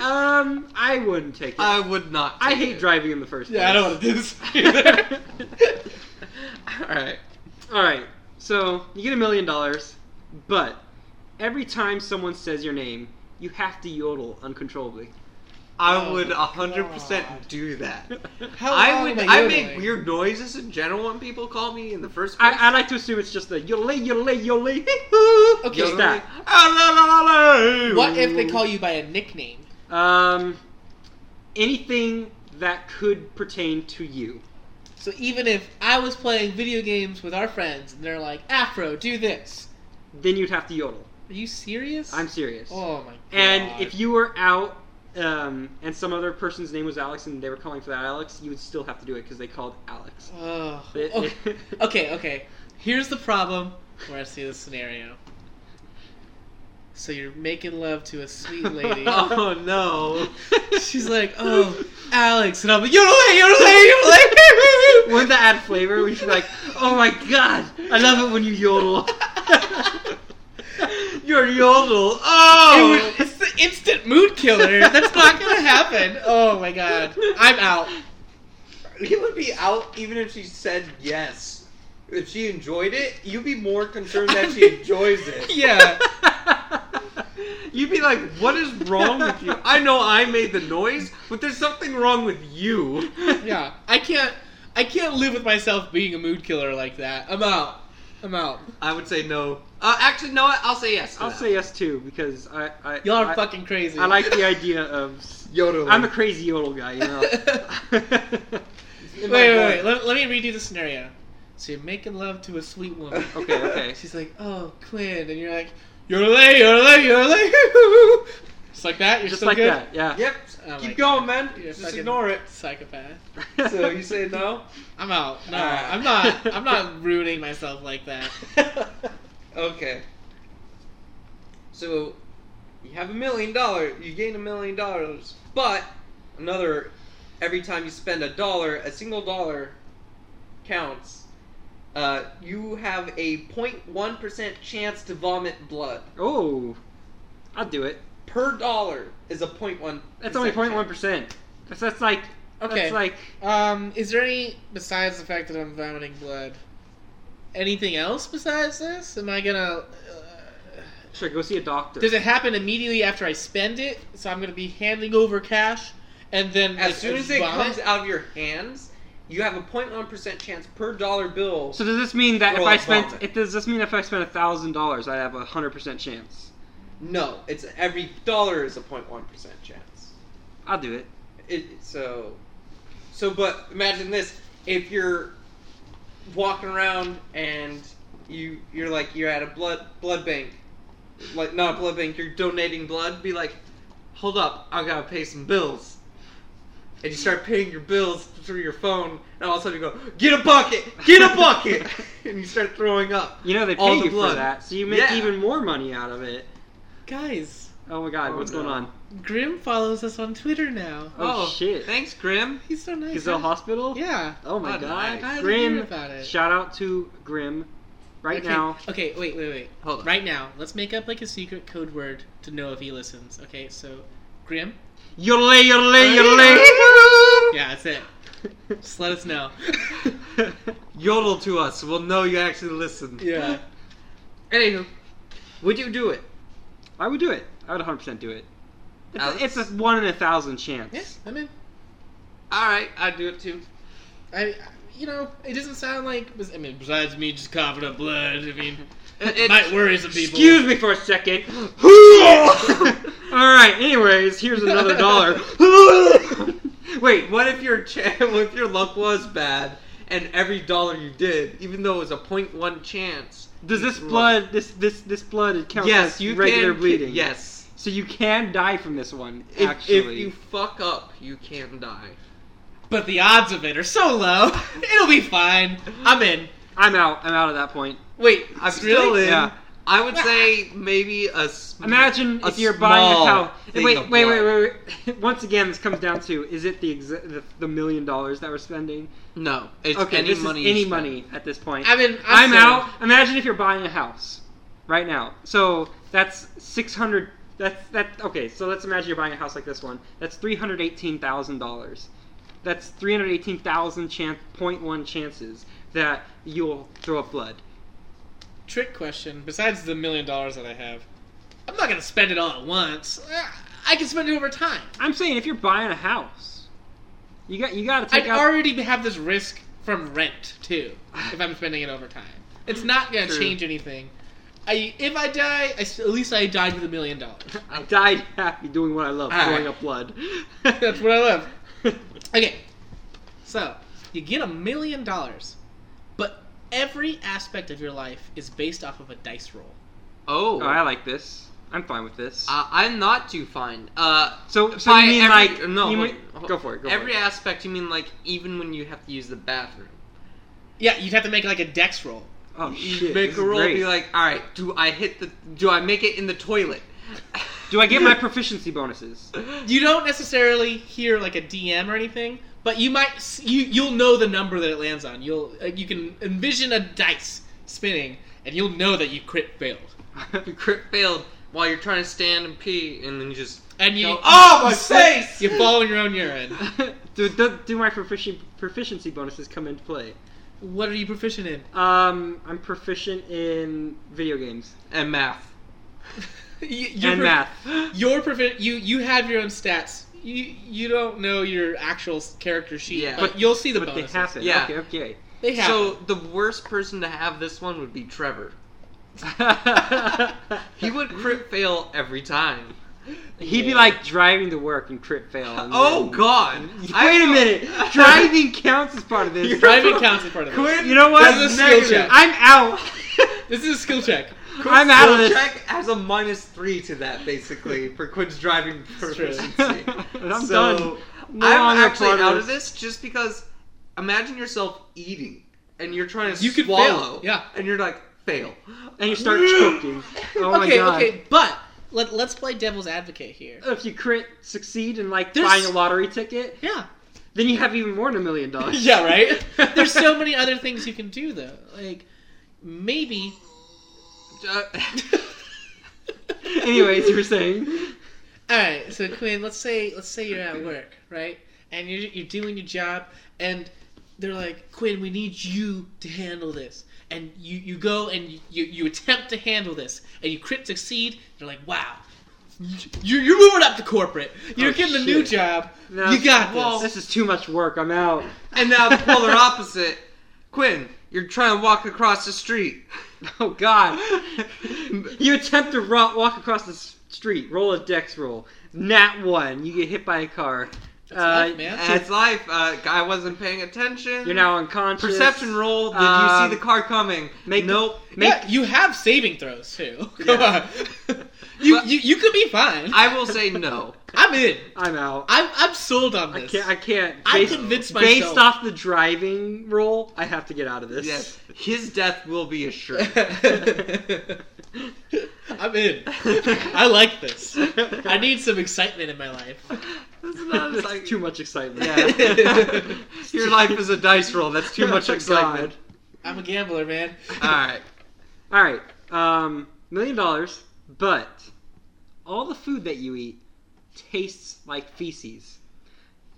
um, I wouldn't take it.
I would not.
I
take
hate
it.
driving in the first place.
Yeah, I don't want to do this either.
All right.
All right, so you get a million dollars, but every time someone says your name, you have to yodel uncontrollably.
I
Oh
would
my
would hundred percent
God.
do that.
How
I
long
would.
am I
I make
yodeling?
weird noises in general when people call me in the first place.
I, I like to assume it's just the yodel, yodel, yodel, hee-hoo,
Okay.
just that.
Ah,
What if they call you by a nickname?
Um, anything that could pertain to you.
So even if I was playing video games with our friends and they're like, Afro, do this.
Then you'd have to yodel.
Are you serious?
I'm serious.
Oh my god.
And if you were out um, and some other person's name was Alex and they were calling for that Alex, you would still have to do it because they called Alex.
Oh.
It-
Okay. Okay, okay. Here's the problem where I see this scenario. So you're making love to a sweet lady.
Oh no.
She's like, oh, Alex. And I'm like, you're late, you're late, you're late.
Wouldn't that add flavor? We should be like, oh my god, I love it when you yodel.
Your yodel. Oh.
It was- it's the instant mood killer. That's not going to happen. Oh my god. I'm out.
He would be out even if she said yes. If she enjoyed it, you'd be more concerned that she enjoys it.
Yeah.
You'd be like, what is wrong with you? I know I made the noise, but there's something wrong with you.
Yeah. I can't. I can't live with myself being a mood killer like that. I'm out. I'm out.
I would say no. Uh, actually, no, I'll say yes. to
I'll
that.
say yes too because I, I
Y'all are
I,
fucking crazy.
I like the idea of. s-
yodel.
I'm a crazy yodel guy, you know.
Wait, wait, wait. Let, let me redo the scenario. So you're making love to a sweet woman.
Okay, okay.
She's like, "Oh, Quinn," and you're like, "You're late, you're late, you're late." Just like that. You're
Just
still
like
good.
that, yeah.
Yep.
Oh my
Keep
God.
going, man.
You're a
Just
fucking
ignore it.
Psychopath.
So you say no?
I'm out. No,
Ah.
I'm not. I'm not ruining myself like that.
okay. So you have a million dollars. You gain a million dollars, but another every time you spend a dollar, a single dollar counts Uh, you have a 0.1% chance to vomit blood.
Oh, I'll do it.
Per dollar is a 0.1.
That's only 0.1 percent. That's that's like
Okay.
that's like
Um, is there any besides the fact that I'm vomiting blood? Anything else besides this? Am I gonna? Uh,
sure. Go see a doctor.
does it happen immediately after I spend it? So I'm gonna be handing over cash, and then
As
like,
soon
I
as
just
it
vomit?
comes out of your hands, you have a 0.1% chance per dollar bill.
so does this mean that if
Roll
I
a
spent
vomit.
it does this mean if I spent a thousand dollars I have a hundred percent chance?
no, it's every dollar is a 0.1% chance.
I'll do it.
It, so, so but imagine this: if you're walking around and you you're like you're at a blood blood bank, like not a blood bank, you're donating blood. Be like, hold up, I gotta pay some bills. And you start paying your bills through your phone, and all of a sudden you go, "Get a bucket! Get a bucket!" and you start throwing up.
You know they
All
pay
the
you for
blood.
that, so you make
Yeah.
even more money out of it.
Guys,
Oh my God,
Oh,
what's going
no.
on?
Grim follows us on Twitter now.
Oh, shit!
Thanks, Grim.
He's so nice.
Gazelle Hospital.
Yeah.
Oh my
Oh,
God,
nice.
I didn't hear
Grim.
about it.
Shout out to Grim. Right
okay.
now,
Okay, wait, wait, wait.
Hold on.
Right now, let's make up like a secret code word to know if he listens. Okay, so Grim.
yole yole yole.
Yeah, that's it. Just let us know.
Yodel to us. We'll know you actually listened.
yeah.
Anywho, would you do it?
I would do it. I would 100 percent do it. It's a,
Alex?
it's a one in a thousand chance.
Yeah, I'm in.
All right, I'd do it too.
I, you know, it doesn't sound like. I mean, besides me just coughing up blood, I mean,
It,
it might worry some people.
Excuse me for a second. All right. Anyways, here's another dollar. Wait.
What if your cha- what if your luck was bad and every dollar you did, even though it was a 0.1 chance?
Does
you
this
threw up?
blood this this this blood it counts
Yes,
as
you
regular
can,
bleeding?
Yes.
So you can die from this one.
If,
actually,
if you fuck up, you can die.
But the odds of it are so low. It'll be fine. I'm in.
I'm out. I'm out at that point.
Wait, I'm still
Really?
in.
Yeah.
I would say maybe a. sm-
Imagine
a
if you're buying a
small
cow.
thing
Wait,
of
wait, wait,
blood.
wait, wait. Once again, this comes down to: is it the exa- the, the million dollars that we're spending?
No, it's
okay,
any
this
money.
is
you
any
spend.
money at this point.
I'm in.
I'm,
I'm,
out. Imagine if you're buying a house right now. So that's six hundred. That's that. Okay, so let's imagine you're buying a house like this one. That's three hundred eighteen thousand dollars. That's three hundred eighteen thousand chance point one chances that you'll throw up blood.
Trick question. Besides the million dollars that I have, I'm not gonna spend it all at once. Uh, I can spend it over time.
I'm saying if you're buying a house, you got you got to take
I'd
out.
already have this risk from rent too, if I'm spending it over time. It's not gonna
True.
change anything. I if I die, I s at least I died with a million dollars.
I died happy doing what I love,
All
throwing
right.
up blood.
That's what I love. Okay, so you get a million dollars, but every aspect of your life is based off of a dice roll.
Oh,
oh, I like this. I'm fine with this.
Uh, I'm not too fine. Uh,
so, so
by
you mean
every-
like
no?
you
hold-
mean-
hold-
go for it. Go
every
for it.
aspect, you mean like even when you have to use the bathroom.
Yeah, you'd have to make like a dex roll.
Oh
you
shit!
make
this
a
is
roll,
great.
be like, all right, do I hit the? Do I make it in the toilet?
Do I get my proficiency bonuses?
You don't necessarily hear like a DM or anything, but you might s- you you'll know the number that it lands on. You'll uh, you can envision a dice spinning, and you'll know that you crit failed.
You crit failed while you're trying to stand and pee, and then you just
And you
Go, "Oh, my face!"
You fall in your own urine.
do, do, do my profici- proficiency bonuses come into play?
What are you proficient in?
Um, I'm proficient in video games
and math.
You- you're
and
pro-
math.
Your profi- you you have your own stats. You you don't know your actual s- character sheet,
Yeah.
but you'll see the
but they
bonuses.
happen.
Yeah.
Okay, okay.
They happen.
So the worst person to have this one would be Trevor. He would crit fail every time.
He'd be like driving to work and crit fail. and
Oh
then-
God!
Wait
I-
a minute! Driving counts as part of this.
driving counts as part of this.
Quit.
You know what?
This is a skill
Negative.
check.
I'm out.
This is a skill check.
I'm out of
Skill
this.
Check has a minus three to that basically for Quinn's driving
true.
proficiency.
I'm
so
done. No
I'm
longer
actually
part of
out of this just because imagine yourself eating and you're trying to
You could fail,
swallow.
yeah.
And you're like, fail.
And you start
Yeah.
choking. Oh my
okay,
god.
okay, but let let's play devil's advocate here.
If you crit, succeed in like
There's-
buying a lottery ticket,
Yeah,
Then you have even more than a million dollars.
yeah, right? There's so many other things you can do, though. Like, maybe.
Uh,
Anyways, you were saying.
All right, so Quinn, let's say let's say you're at work, right? And you're you're doing your job, and they're like, Quinn, we need you to handle this. And you you go and you you attempt to handle this, and you crit succeed. They're like, wow. You're, you're moving up to corporate. You're
Oh,
getting a new
shit.
job.
No,
you got
well,
this.
This is too much work. I'm out.
and now the polar opposite. Quinn, you're trying to walk across the street.
Oh God! You attempt to ro- walk across the s- street. Roll a dex roll. Nat one. You get hit by a car.
That's life, man.
That's life. Uh, I wasn't paying attention.
You're now unconscious.
Perception roll. Did you
Um,
see the car coming?
Make
nope.
Make
Yeah, you have saving throws too. Come
Yeah.
on. you,
But-
you you could be fine. I,
I will say no.
am in.
I'm out.
I'm I'm sold on
I
this.
can't. I can't.
I
Based-
convinced myself.
Based off the driving roll, I have to get out of this.
Yes, his death will be assured.
I'm in. I like this. I need some excitement in my life.
That's not
That's
like-
too much excitement.
Yeah. Your life is a dice roll. That's too much
Oh, God.
excitement.
I'm a gambler, man.
All right.
All right, um, million dollars, but all the food that you eat tastes like feces.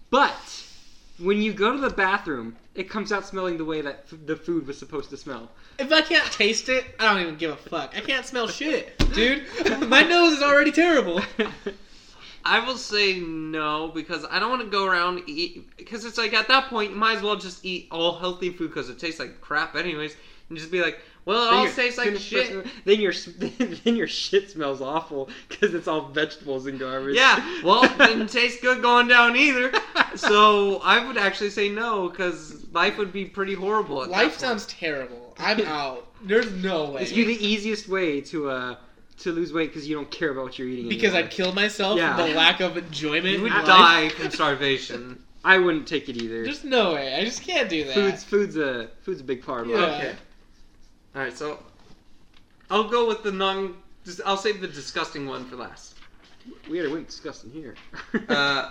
But when you go to the bathroom, it comes out smelling the way that f- the food was supposed to smell.
If I can't taste it, I don't even give a fuck. I can't smell shit, dude. My nose is already terrible.
I will say no because I don't want to go around eat because it's like at that point you might as well just eat all healthy food because it tastes like crap anyways and just be like, well, it all tastes like shit.
Then your s- then your shit smells awful because it's all vegetables and garbage.
Yeah, well, it didn't taste good going down either. So I would actually say no because life would be pretty horrible. At
Life
that point.
sounds terrible. I'm out. There's no way.
it's be the easiest way to uh to lose weight because you don't care about what you're eating.
because I'd
anymore.
kill myself
Yeah.
from the lack of enjoyment.
You
in
would
life.
die from starvation.
I wouldn't take it either.
There's no way. I just can't do that.
Food's food's a food's a big part of
Yeah.
life.
Okay. All right, so I'll go with the non. just- I'll save the disgusting one for last.
We already went discussing here.
Uh,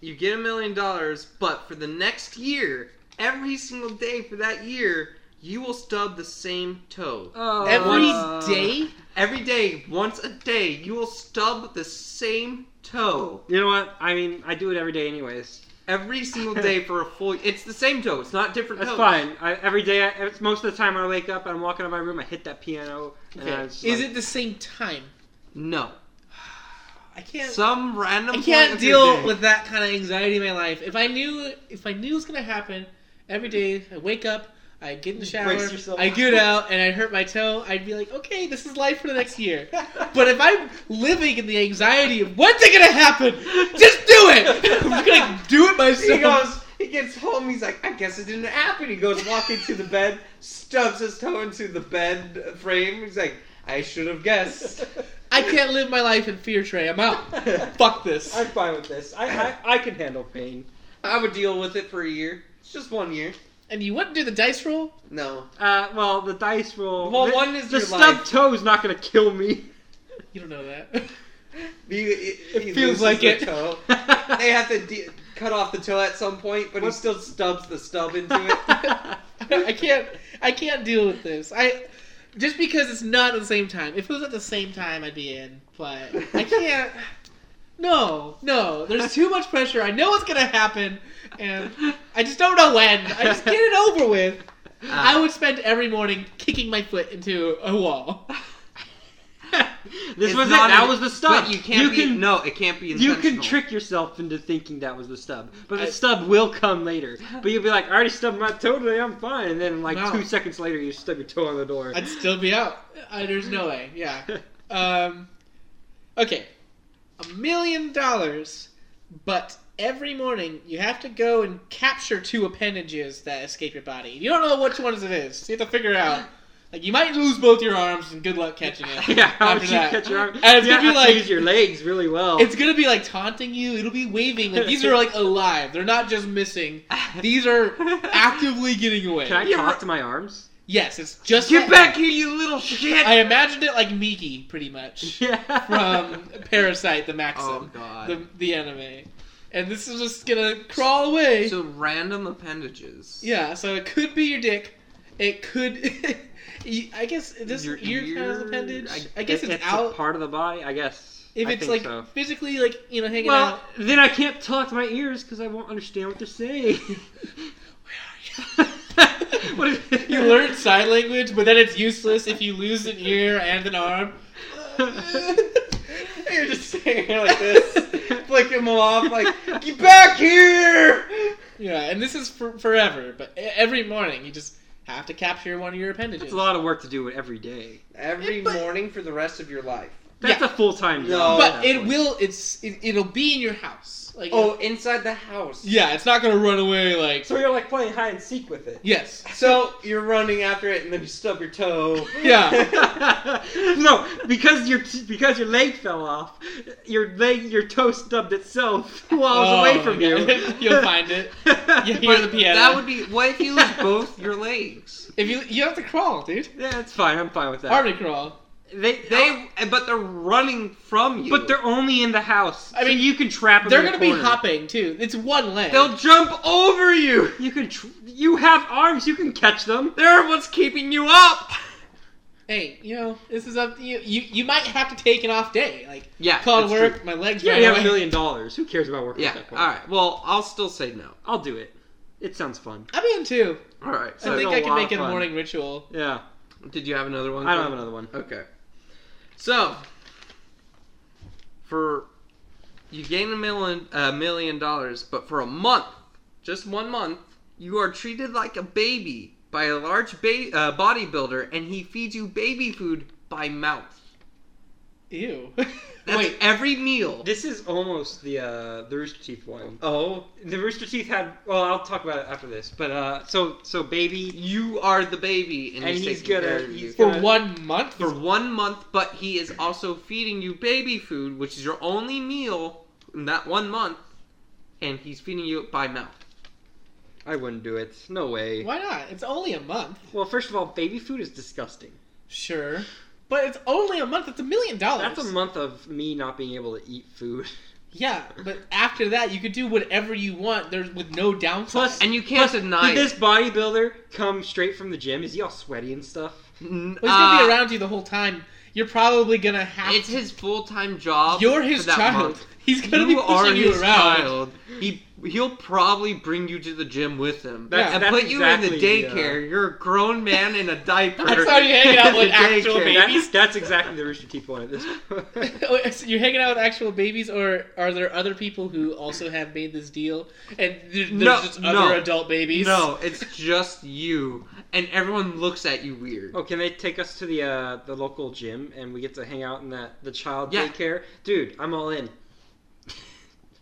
you get a million dollars, but for the next year, every single day for that year, you will stub the same toe.
Oh.
Every
Uh,
day?
Every day, once a day, you will stub the same toe.
you know what? I mean, I do it every day, anyways.
Every single day for a full. It's the same toe. It's not different.
That's
toes.
fine. I, every day, I, it's most of the time when I wake up, I'm walking out of my room, I hit that piano. And
Okay.
I
Is
was like,
it the same time?
No.
I can't.
Some random.
I
point
can't
of your
deal
day.
with that kind of anxiety in my life. If I knew, if I knew it was gonna happen, every day I wake up, I get in the shower,
brace yourself.
I get out, and I hurt my toe. I'd be like, okay, this is life for the next year. But if I'm living in the anxiety of when's it gonna happen, just do it. I'm just gonna do it
He
myself.
goes, he gets home, he's like, I guess it didn't happen. He goes walking to the bed, stubs his toe into the bed frame. He's like, I should have guessed.
I can't live my life in fear, Trey. I'm out. Fuck this.
I'm fine with this. I, I, I can handle pain.
I would deal with it for a year. It's just one year.
And you wouldn't do the dice roll?
No.
Uh, well, the dice roll.
Well,
the,
one is
the
your
stubbed
life.
toe's not gonna kill me.
You don't know that.
He, it
feels like it.
Toe. They
I
have to de- cut off the toe at some point, but he
What-
still stubs the stub into it.
I can't. I can't deal with this. I just because it's not at the same time. If it was at the same time, I'd be in. But I can't. No, no. There's too much pressure. I know what's gonna happen, and I just don't know when. I just get it over with. I would spend every morning kicking my foot into a wall.
this
It's
was it.
not
That
an-
was the stub.
But you can't be,
can
no, it can't be
You
intentional.
can trick yourself into thinking that was the stub, but the
I-
stub will come later. But you'll be like, "I already stubbed my toe today, I'm fine," and then like
No.
two seconds later, you stub your toe on the door.
I'd still be out. I, Uh, there's no way. Yeah. Um, okay, a million dollars, but every morning you have to go and capture two appendages that escape your body. You don't know which ones it is. So you have to figure out. Like you might lose both your arms, and good luck catching it.
yeah, how
after
would you
that.
catch your arm?
And it's
you
gonna be
have to use
like
your legs really well.
it's gonna be like taunting you. It'll be waving. Like these are like alive. They're not just missing. These are actively getting away.
Can I
You're-
talk to my arms?
Yes, it's just
Get back here, you little shit!
I imagined it like Miki, pretty much.
Yeah.
from Parasite, the Maxim,
oh, God.
the the anime. and this is just gonna crawl away.
So random appendages.
yeah, so it could be your dick. It could. you- I guess this
Your
your ear count as
ear-
appendage.
I-
I, guess it's,
It's
out.
a part of the body, I guess.
if
I
it's
think
like
so.
physically, like you know, hanging
Well,
out.
then I can't talk to my ears because I won't understand what they're saying. what if
You learn sign language, but then it's useless if you lose an ear and an arm. You're just sitting here like this, flicking them off, like
Get back here!
yeah. And this is for, forever, but e- every morning you just have to capture one of your appendages.
It's a lot of work to do it every day.
Every
But-
morning for the rest of your life.
That's
Yeah.
a full time
No.
job.
Oh,
but
at that
it
point.
will. It's it, it'll be in your house. Like
Oh, inside the house.
yeah, it's not gonna run away. Like
So you're like playing hide and seek with it.
yes,
So you're running after it and then you stub your toe.
Yeah.
no, because your because your leg fell off, your leg your toe stubbed itself while I was
Oh,
away from
yeah.
you.
You'll find it. you hear the
But
piano.
That would be. What if you lose both your legs?
if you you have to crawl, dude.
Yeah, it's fine. I'm fine with that.
Army crawl.
They
They, but they're running from you.
but they're only in the house.
I
I
mean,
mean, you can trap them.
They're
in a
gonna be
corner.
hopping too. It's one leg.
they'll jump over you.
You can. Tr- you have arms. You can catch them.
They're what's keeping you up.
hey, you know, this is up to you. You, you might have to take an off day. Like,
Yeah,
call
that's
to work,
true.
my legs
Yeah,
ran
you have
away.
a million dollars. Who cares about working
Yeah.
at that
All
point?
right. Well, I'll still say no.
I'll do it. It sounds fun.
I'm in too.
All right.
I
So
think
it's a
I can
lot
make
of
it a
fun.
morning ritual.
Yeah.
did you have another one?
I don't have another one.
Okay. So for you gain a million a million dollars, but for a month, just one month, you are treated like a baby by a large ba- uh, bodybuilder, and he feeds you baby food by mouth.
Ew.
That's
Wait,
every meal.
This is almost the uh, the Rooster Teeth one.
Oh,
The Rooster Teeth had. Well, I'll talk about it after this. But uh, so so baby.
you are the baby, and,
And
he's,
he's
taking
gonna-
care of you.
he's
for
gonna-
one month?
for one month, but he is also feeding you baby food, which is your only meal in that one month, and he's feeding you by mouth.
I wouldn't do it. No way.
Why not? It's only a month.
Well, first of all, baby food is disgusting.
Sure. But it's only a month. It's a million dollars.
That's a month of me not being able to eat food.
Yeah, but after that, you could do whatever you want. There's with no downside.
Plus-
And you can't deny
Did this bodybuilder come straight from the gym? Is he all sweaty and stuff?
it. N-
Well, he's gonna
uh,
be around you the whole time. You're probably gonna have.
It's his full time job.
You're
for
his
that
child.
month.
He's gonna
you
be pushing
are
you
his
around.
child. He he'll probably bring you to the gym with him
That's-
and
that's
put you in the
exactly, uh,
daycare. You're a grown man in a diaper.
That's how you hang out with
at the
actual
daycare.
That's,
babies.
that's exactly the Rooster Teeth one at this point.
Wait, Oh, so you're hanging out with actual babies, or are there other people who also have made this deal? And there, there's
No,
just
no.
other adult babies.
No, it's just you, and everyone looks at you weird.
Oh, can they take us to the uh, the local gym and we get to hang out in that the child
Yeah.
daycare? Dude, I'm all in.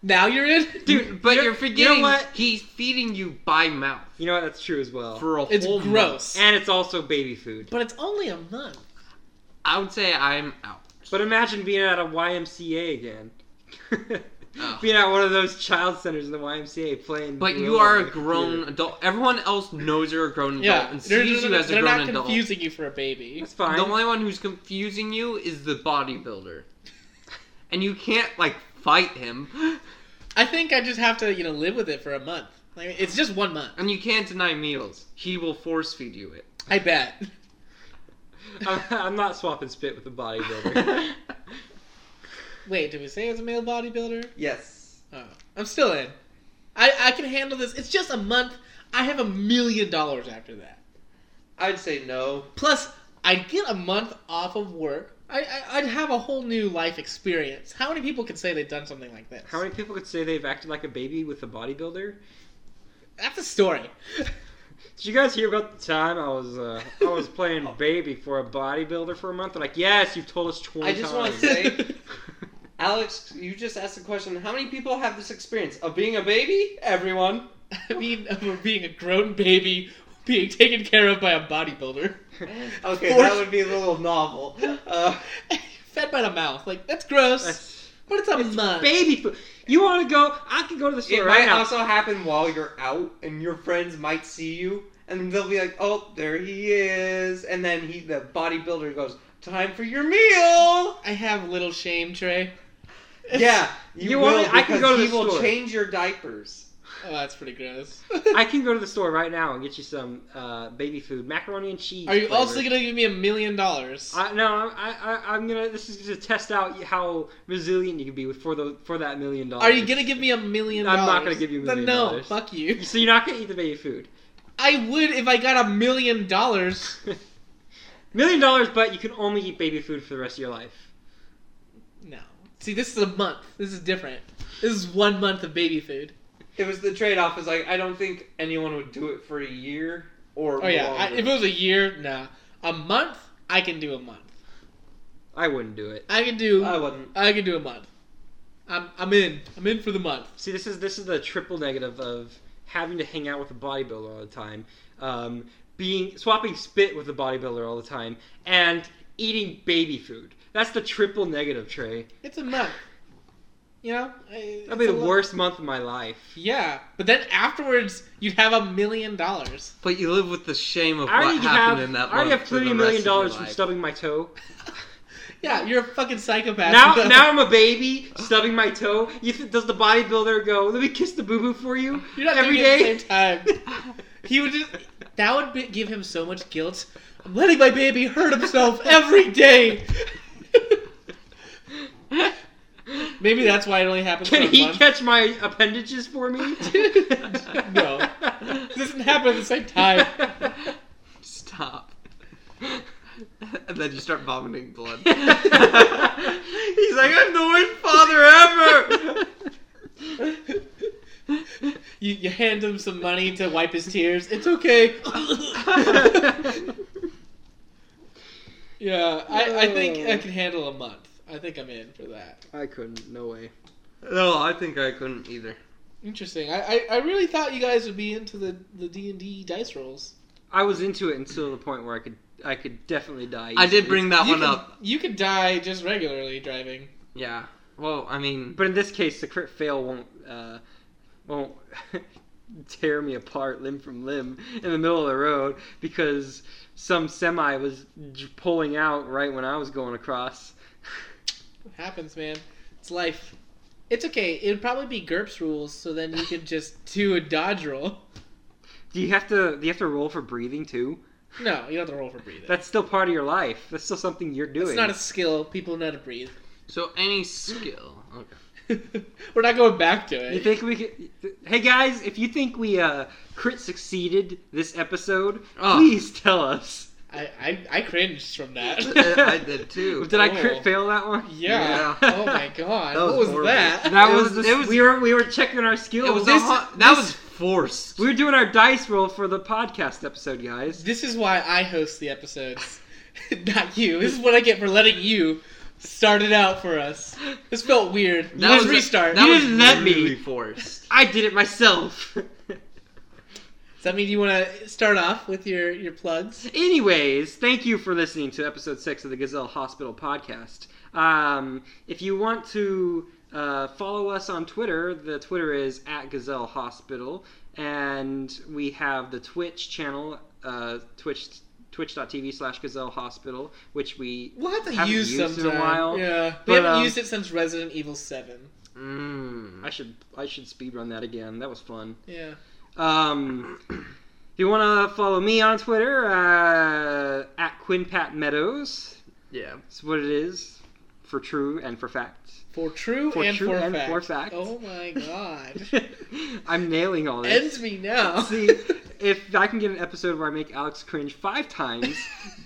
Now you're in,
Dude, but you're,
you know
forgetting
what?
he's feeding you by mouth
You know what? That's true as well.
for a
It's
whole month.
gross.
and it's also baby food.
But it's only a month.
I would say I'm out.
But imagine being at a YMCA again.
Oh.
Being at one of those child centers in the YMCA playing.
But
Gorilla
you are a
on the
grown
computer.
adult. Everyone else knows you're a grown adult
Yeah,
and
they're,
sees
they're-
you as a
they're
grown
not
adult.
confusing you for a baby.
That's fine.
The only one who's confusing you is the bodybuilder, and you can't like fight him,
I think I just have to, you know, live with it for a month. Like, it's just one month.
and you can't deny meals. He will force feed you it.
I bet.
I'm, I'm not swapping spit with a bodybuilder.
Wait, did we say it's a male bodybuilder?
yes.
Oh, I'm still in. I, I can handle this. It's just a month. I have a million dollars after that.
I'd say no.
Plus, I'd get a month off of work. I, I, I'd have a whole new life experience. How many people could say they've done something like this?
How many people could say they've acted like a baby with a bodybuilder?
That's a story.
Did you guys hear about the time I was uh, I was playing
Oh.
baby for a bodybuilder for a month? They're like, yes, you've told us twenty
I just wanna
times.
say- Alex, you just asked the question. How many people have this experience of being a baby? Everyone.
I mean, we're being a grown baby being taken care of by a bodybuilder.
Okay,
Force-
be a little novel. Uh,
Fed by the mouth. Like, that's gross.
That's
but it's a month.
baby food. You want to go? I could go to the
it
store right
might
now.
also happen while you're out, and your friends might see you, and they'll be like, "Oh, there he is," and then he, the bodybuilder, goes, "Time for your meal."
I have little shame, Trey.
Yeah, you,
You
will.
only- I can
because
go to
he
the
will
store.
change your diapers.
Oh, that's pretty gross.
I can go to the store right now and get you some uh, baby food, macaroni and cheese.
Are you
flavor.
also gonna give me a million dollars?
I, no, I, I, I'm gonna. This is to test out how resilient you can be with for the for that million dollars.
Are you gonna give me a million
I'm
dollars?
not gonna give you a million
Then no,
dollars.
fuck you.
So you're not gonna eat the baby food.
I would if I got a million dollars.
million dollars, but you can only eat baby food for the rest of your life.
No. See, this is a month. This is different. This is one month of baby food.
It was the trade-off. Is like I don't think anyone would do it for a year or.
Oh yeah, I,
longer.
if it was a year, nah. A month, I can do a month.
I wouldn't do it.
I can do.
I wouldn't.
I can do a month. I'm I'm in. I'm in for the month.
See, this is this is the triple negative of having to hang out with a bodybuilder all the time, um, being swapping spit with a bodybuilder all the time, and eating baby food. That's the triple negative, Trey.
It's a month. You know. I-
That'd be the
it's a lo-
worst month of my life.
Yeah, but then afterwards, you'd have a million dollars.
But you live with the shame of
I
what
already
happened
have
in that.
I already
month
have
for the
thirty
rest
million
of your
dollars from
life.
stubbing my toe.
Yeah, you're a fucking psychopath.
Now, now I'm a baby stubbing my toe. You th- does the bodybuilder go? Let me kiss the boo boo for you
You're not
every
doing it
day.
at the same time. He would just that would be, give him so much guilt. I'm letting my baby hurt himself every day. Maybe that's why it only happens for
Can
a
he
month.
catch my appendages for me?
No. It doesn't happen at the same time.
Stop. and then you start vomiting blood.
He's
He's like, I'm the worst father
you, you hand him some money to wipe his tears. It's okay.
ever.
yeah, I, I think
Oh.
I can handle a month. I think I'm in for that.
I couldn't. No way.
no, I think I couldn't either.
Interesting. I, I, I really thought you guys would be into the the D and D dice rolls.
I was into it until the point where I could. I could definitely die.
I did
easily.
bring that
you
one
could,
up.
You could die just regularly driving.
Yeah. Well, I mean,
But in this case, the crit fail won't uh, won't tear me apart limb from limb in the middle of the road because some semi was j- pulling out right when I was going across.
It happens, man. It's life. It's okay. It'd probably be GURPS rules, so then you could just do a dodge roll.
Do you have to? Do you have to roll for breathing too?
No, you don't have to roll for breathing.
That's still part of your life. That's still something you're doing.
it's not a skill. People know how to breathe.
so any skill. Okay.
We're not going back to it.
You think we could? Hey guys, if you think we uh, crit succeeded this episode,
Oh.
please tell us.
I, I I cringed from that.
I did too.
Did I
Oh.
crit fail that one?
yeah.
Yeah.
Oh my god.
That was
what was
horrible.
that?
That
It
was,
was-
the,
it was-
we were we were checking our skill.
It was
This-
a hot, that
this-
was forced.
We were doing our dice roll for the podcast episode, guys.
This is why I host the episodes, not you. This is what I get for letting you start it out for us. This felt weird.
That
Let's
was-
restart.
That
You
was
didn't let me.
really forced.
I did it myself.
Does that mean you want to start off with your your plugs?
Anyways, thank you for listening to episode six of the Gazelle Hospital podcast. Um, if you want to uh, follow us on Twitter, the Twitter is at Gazelle Hospital, and we have the Twitch channel, uh, Twitch twitch.tv slash gazelle hospital which we
We'll have to
Haven't
use
used
sometime.
in a while,
Yeah,
but,
we haven't
um,
used it since Resident Evil Seven.
Mm.
i should i should speedrun that again that was fun
Yeah.
Um, if you want to follow me on Twitter, uh, at QuinPatMeadows. Meadows.
Yeah.
It's what it is for true and for fact.
For true
For
and
true
for
and
fact.
for fact.
Oh my god.
I'm nailing all this.
Ends me now.
See, if I can get an episode where I make Alex cringe five times,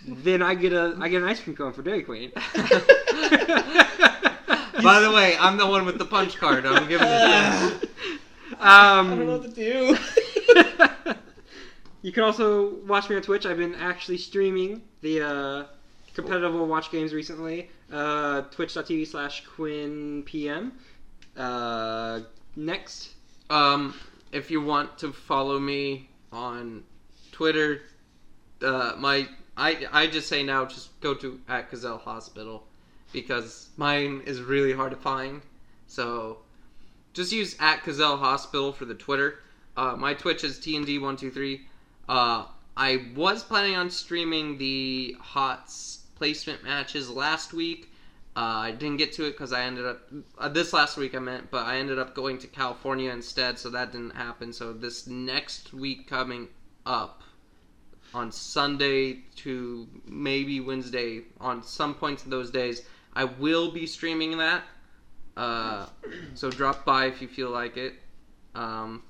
then I get a I get an ice cream cone for Dairy Queen.
By the way, I'm the one with the punch card. I'm giving it. to you.
I don't know
um,
what to do.
you can also watch me on Twitch. I've been actually streaming the uh, competitive Overwatch games recently. Uh, Twitch.tv slash QuinnPM. Uh, next.
Um, if you want to follow me on Twitter, uh, my I I just say now just go to at Gazelle Hospital because mine is really hard to find. So just use at Gazelle Hospital for the Twitter. Uh, my Twitch is TND123. Uh, I was planning on streaming the HOTS placement matches last week, Uh, I didn't get to it because I ended up uh, this last week. I meant, but I ended up going to California instead, so that didn't happen. So this next week coming up on Sunday to maybe Wednesday, on some points of those days, I will be streaming that. Uh, so drop by if you feel like it. Um,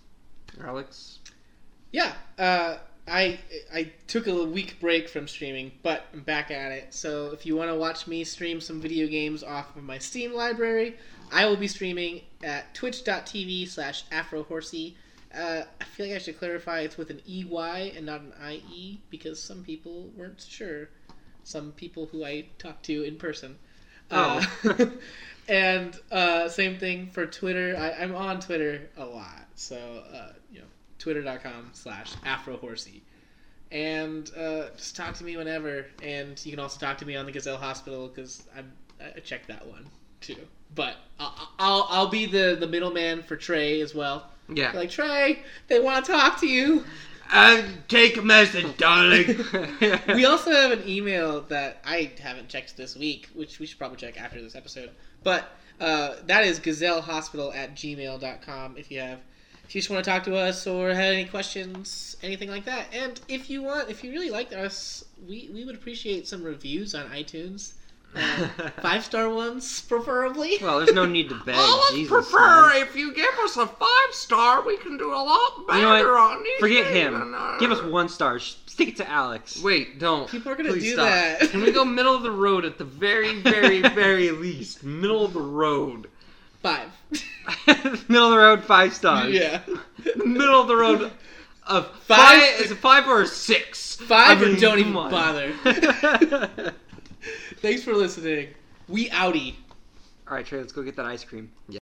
Alex,
Yeah, uh, I I took a week break from streaming, but I'm back at it. So if you want to watch me stream some video games off of my Steam library, I will be streaming at twitch.tv slash afrohorsey. Uh, I feel like I should clarify it's with an EY and not an IE because some people weren't sure. Some people who I talked to in person.
Oh.
Uh, and uh, same thing for Twitter. I, I'm on Twitter a lot. So, uh, you know, twitter.com slash afrohorsey. And uh, just talk to me whenever. And you can also talk to me on the Gazelle Hospital because I I checked that one too. But I'll, I'll, I'll be the, the middleman for Trey as well.
yeah,
Like, Trey, they want to talk to you.
take a message, darling.
we also have an email that I haven't checked this week, which we should probably check after this episode. But uh, that is gazellehospital at gmail.com if you have if you just want to talk to us or had any questions, anything like that. And if you want, if you really liked us, we, we would appreciate some reviews on iTunes. Uh, five star ones, preferably.
Well, there's no need to beg.
I would
Jesus,
prefer
man.
if you give us a five star. We can do a lot better
You know what?
on these.
Forget
things
him.
than our-
Give us one star. Sh- Stick it to Alex.
Wait, don't.
People are gonna
Please
do
stop.
that.
Can we go middle of the road at the very, very, very least? Middle of the road.
Five.
Middle of the road, five stars.
yeah.
Middle of the road of
Five-
five. is it five or a six?
Five
I
or
mean,
don't even
come on.
bother. Thanks for listening. We outie.
All right, Trey. Let's go get that ice cream.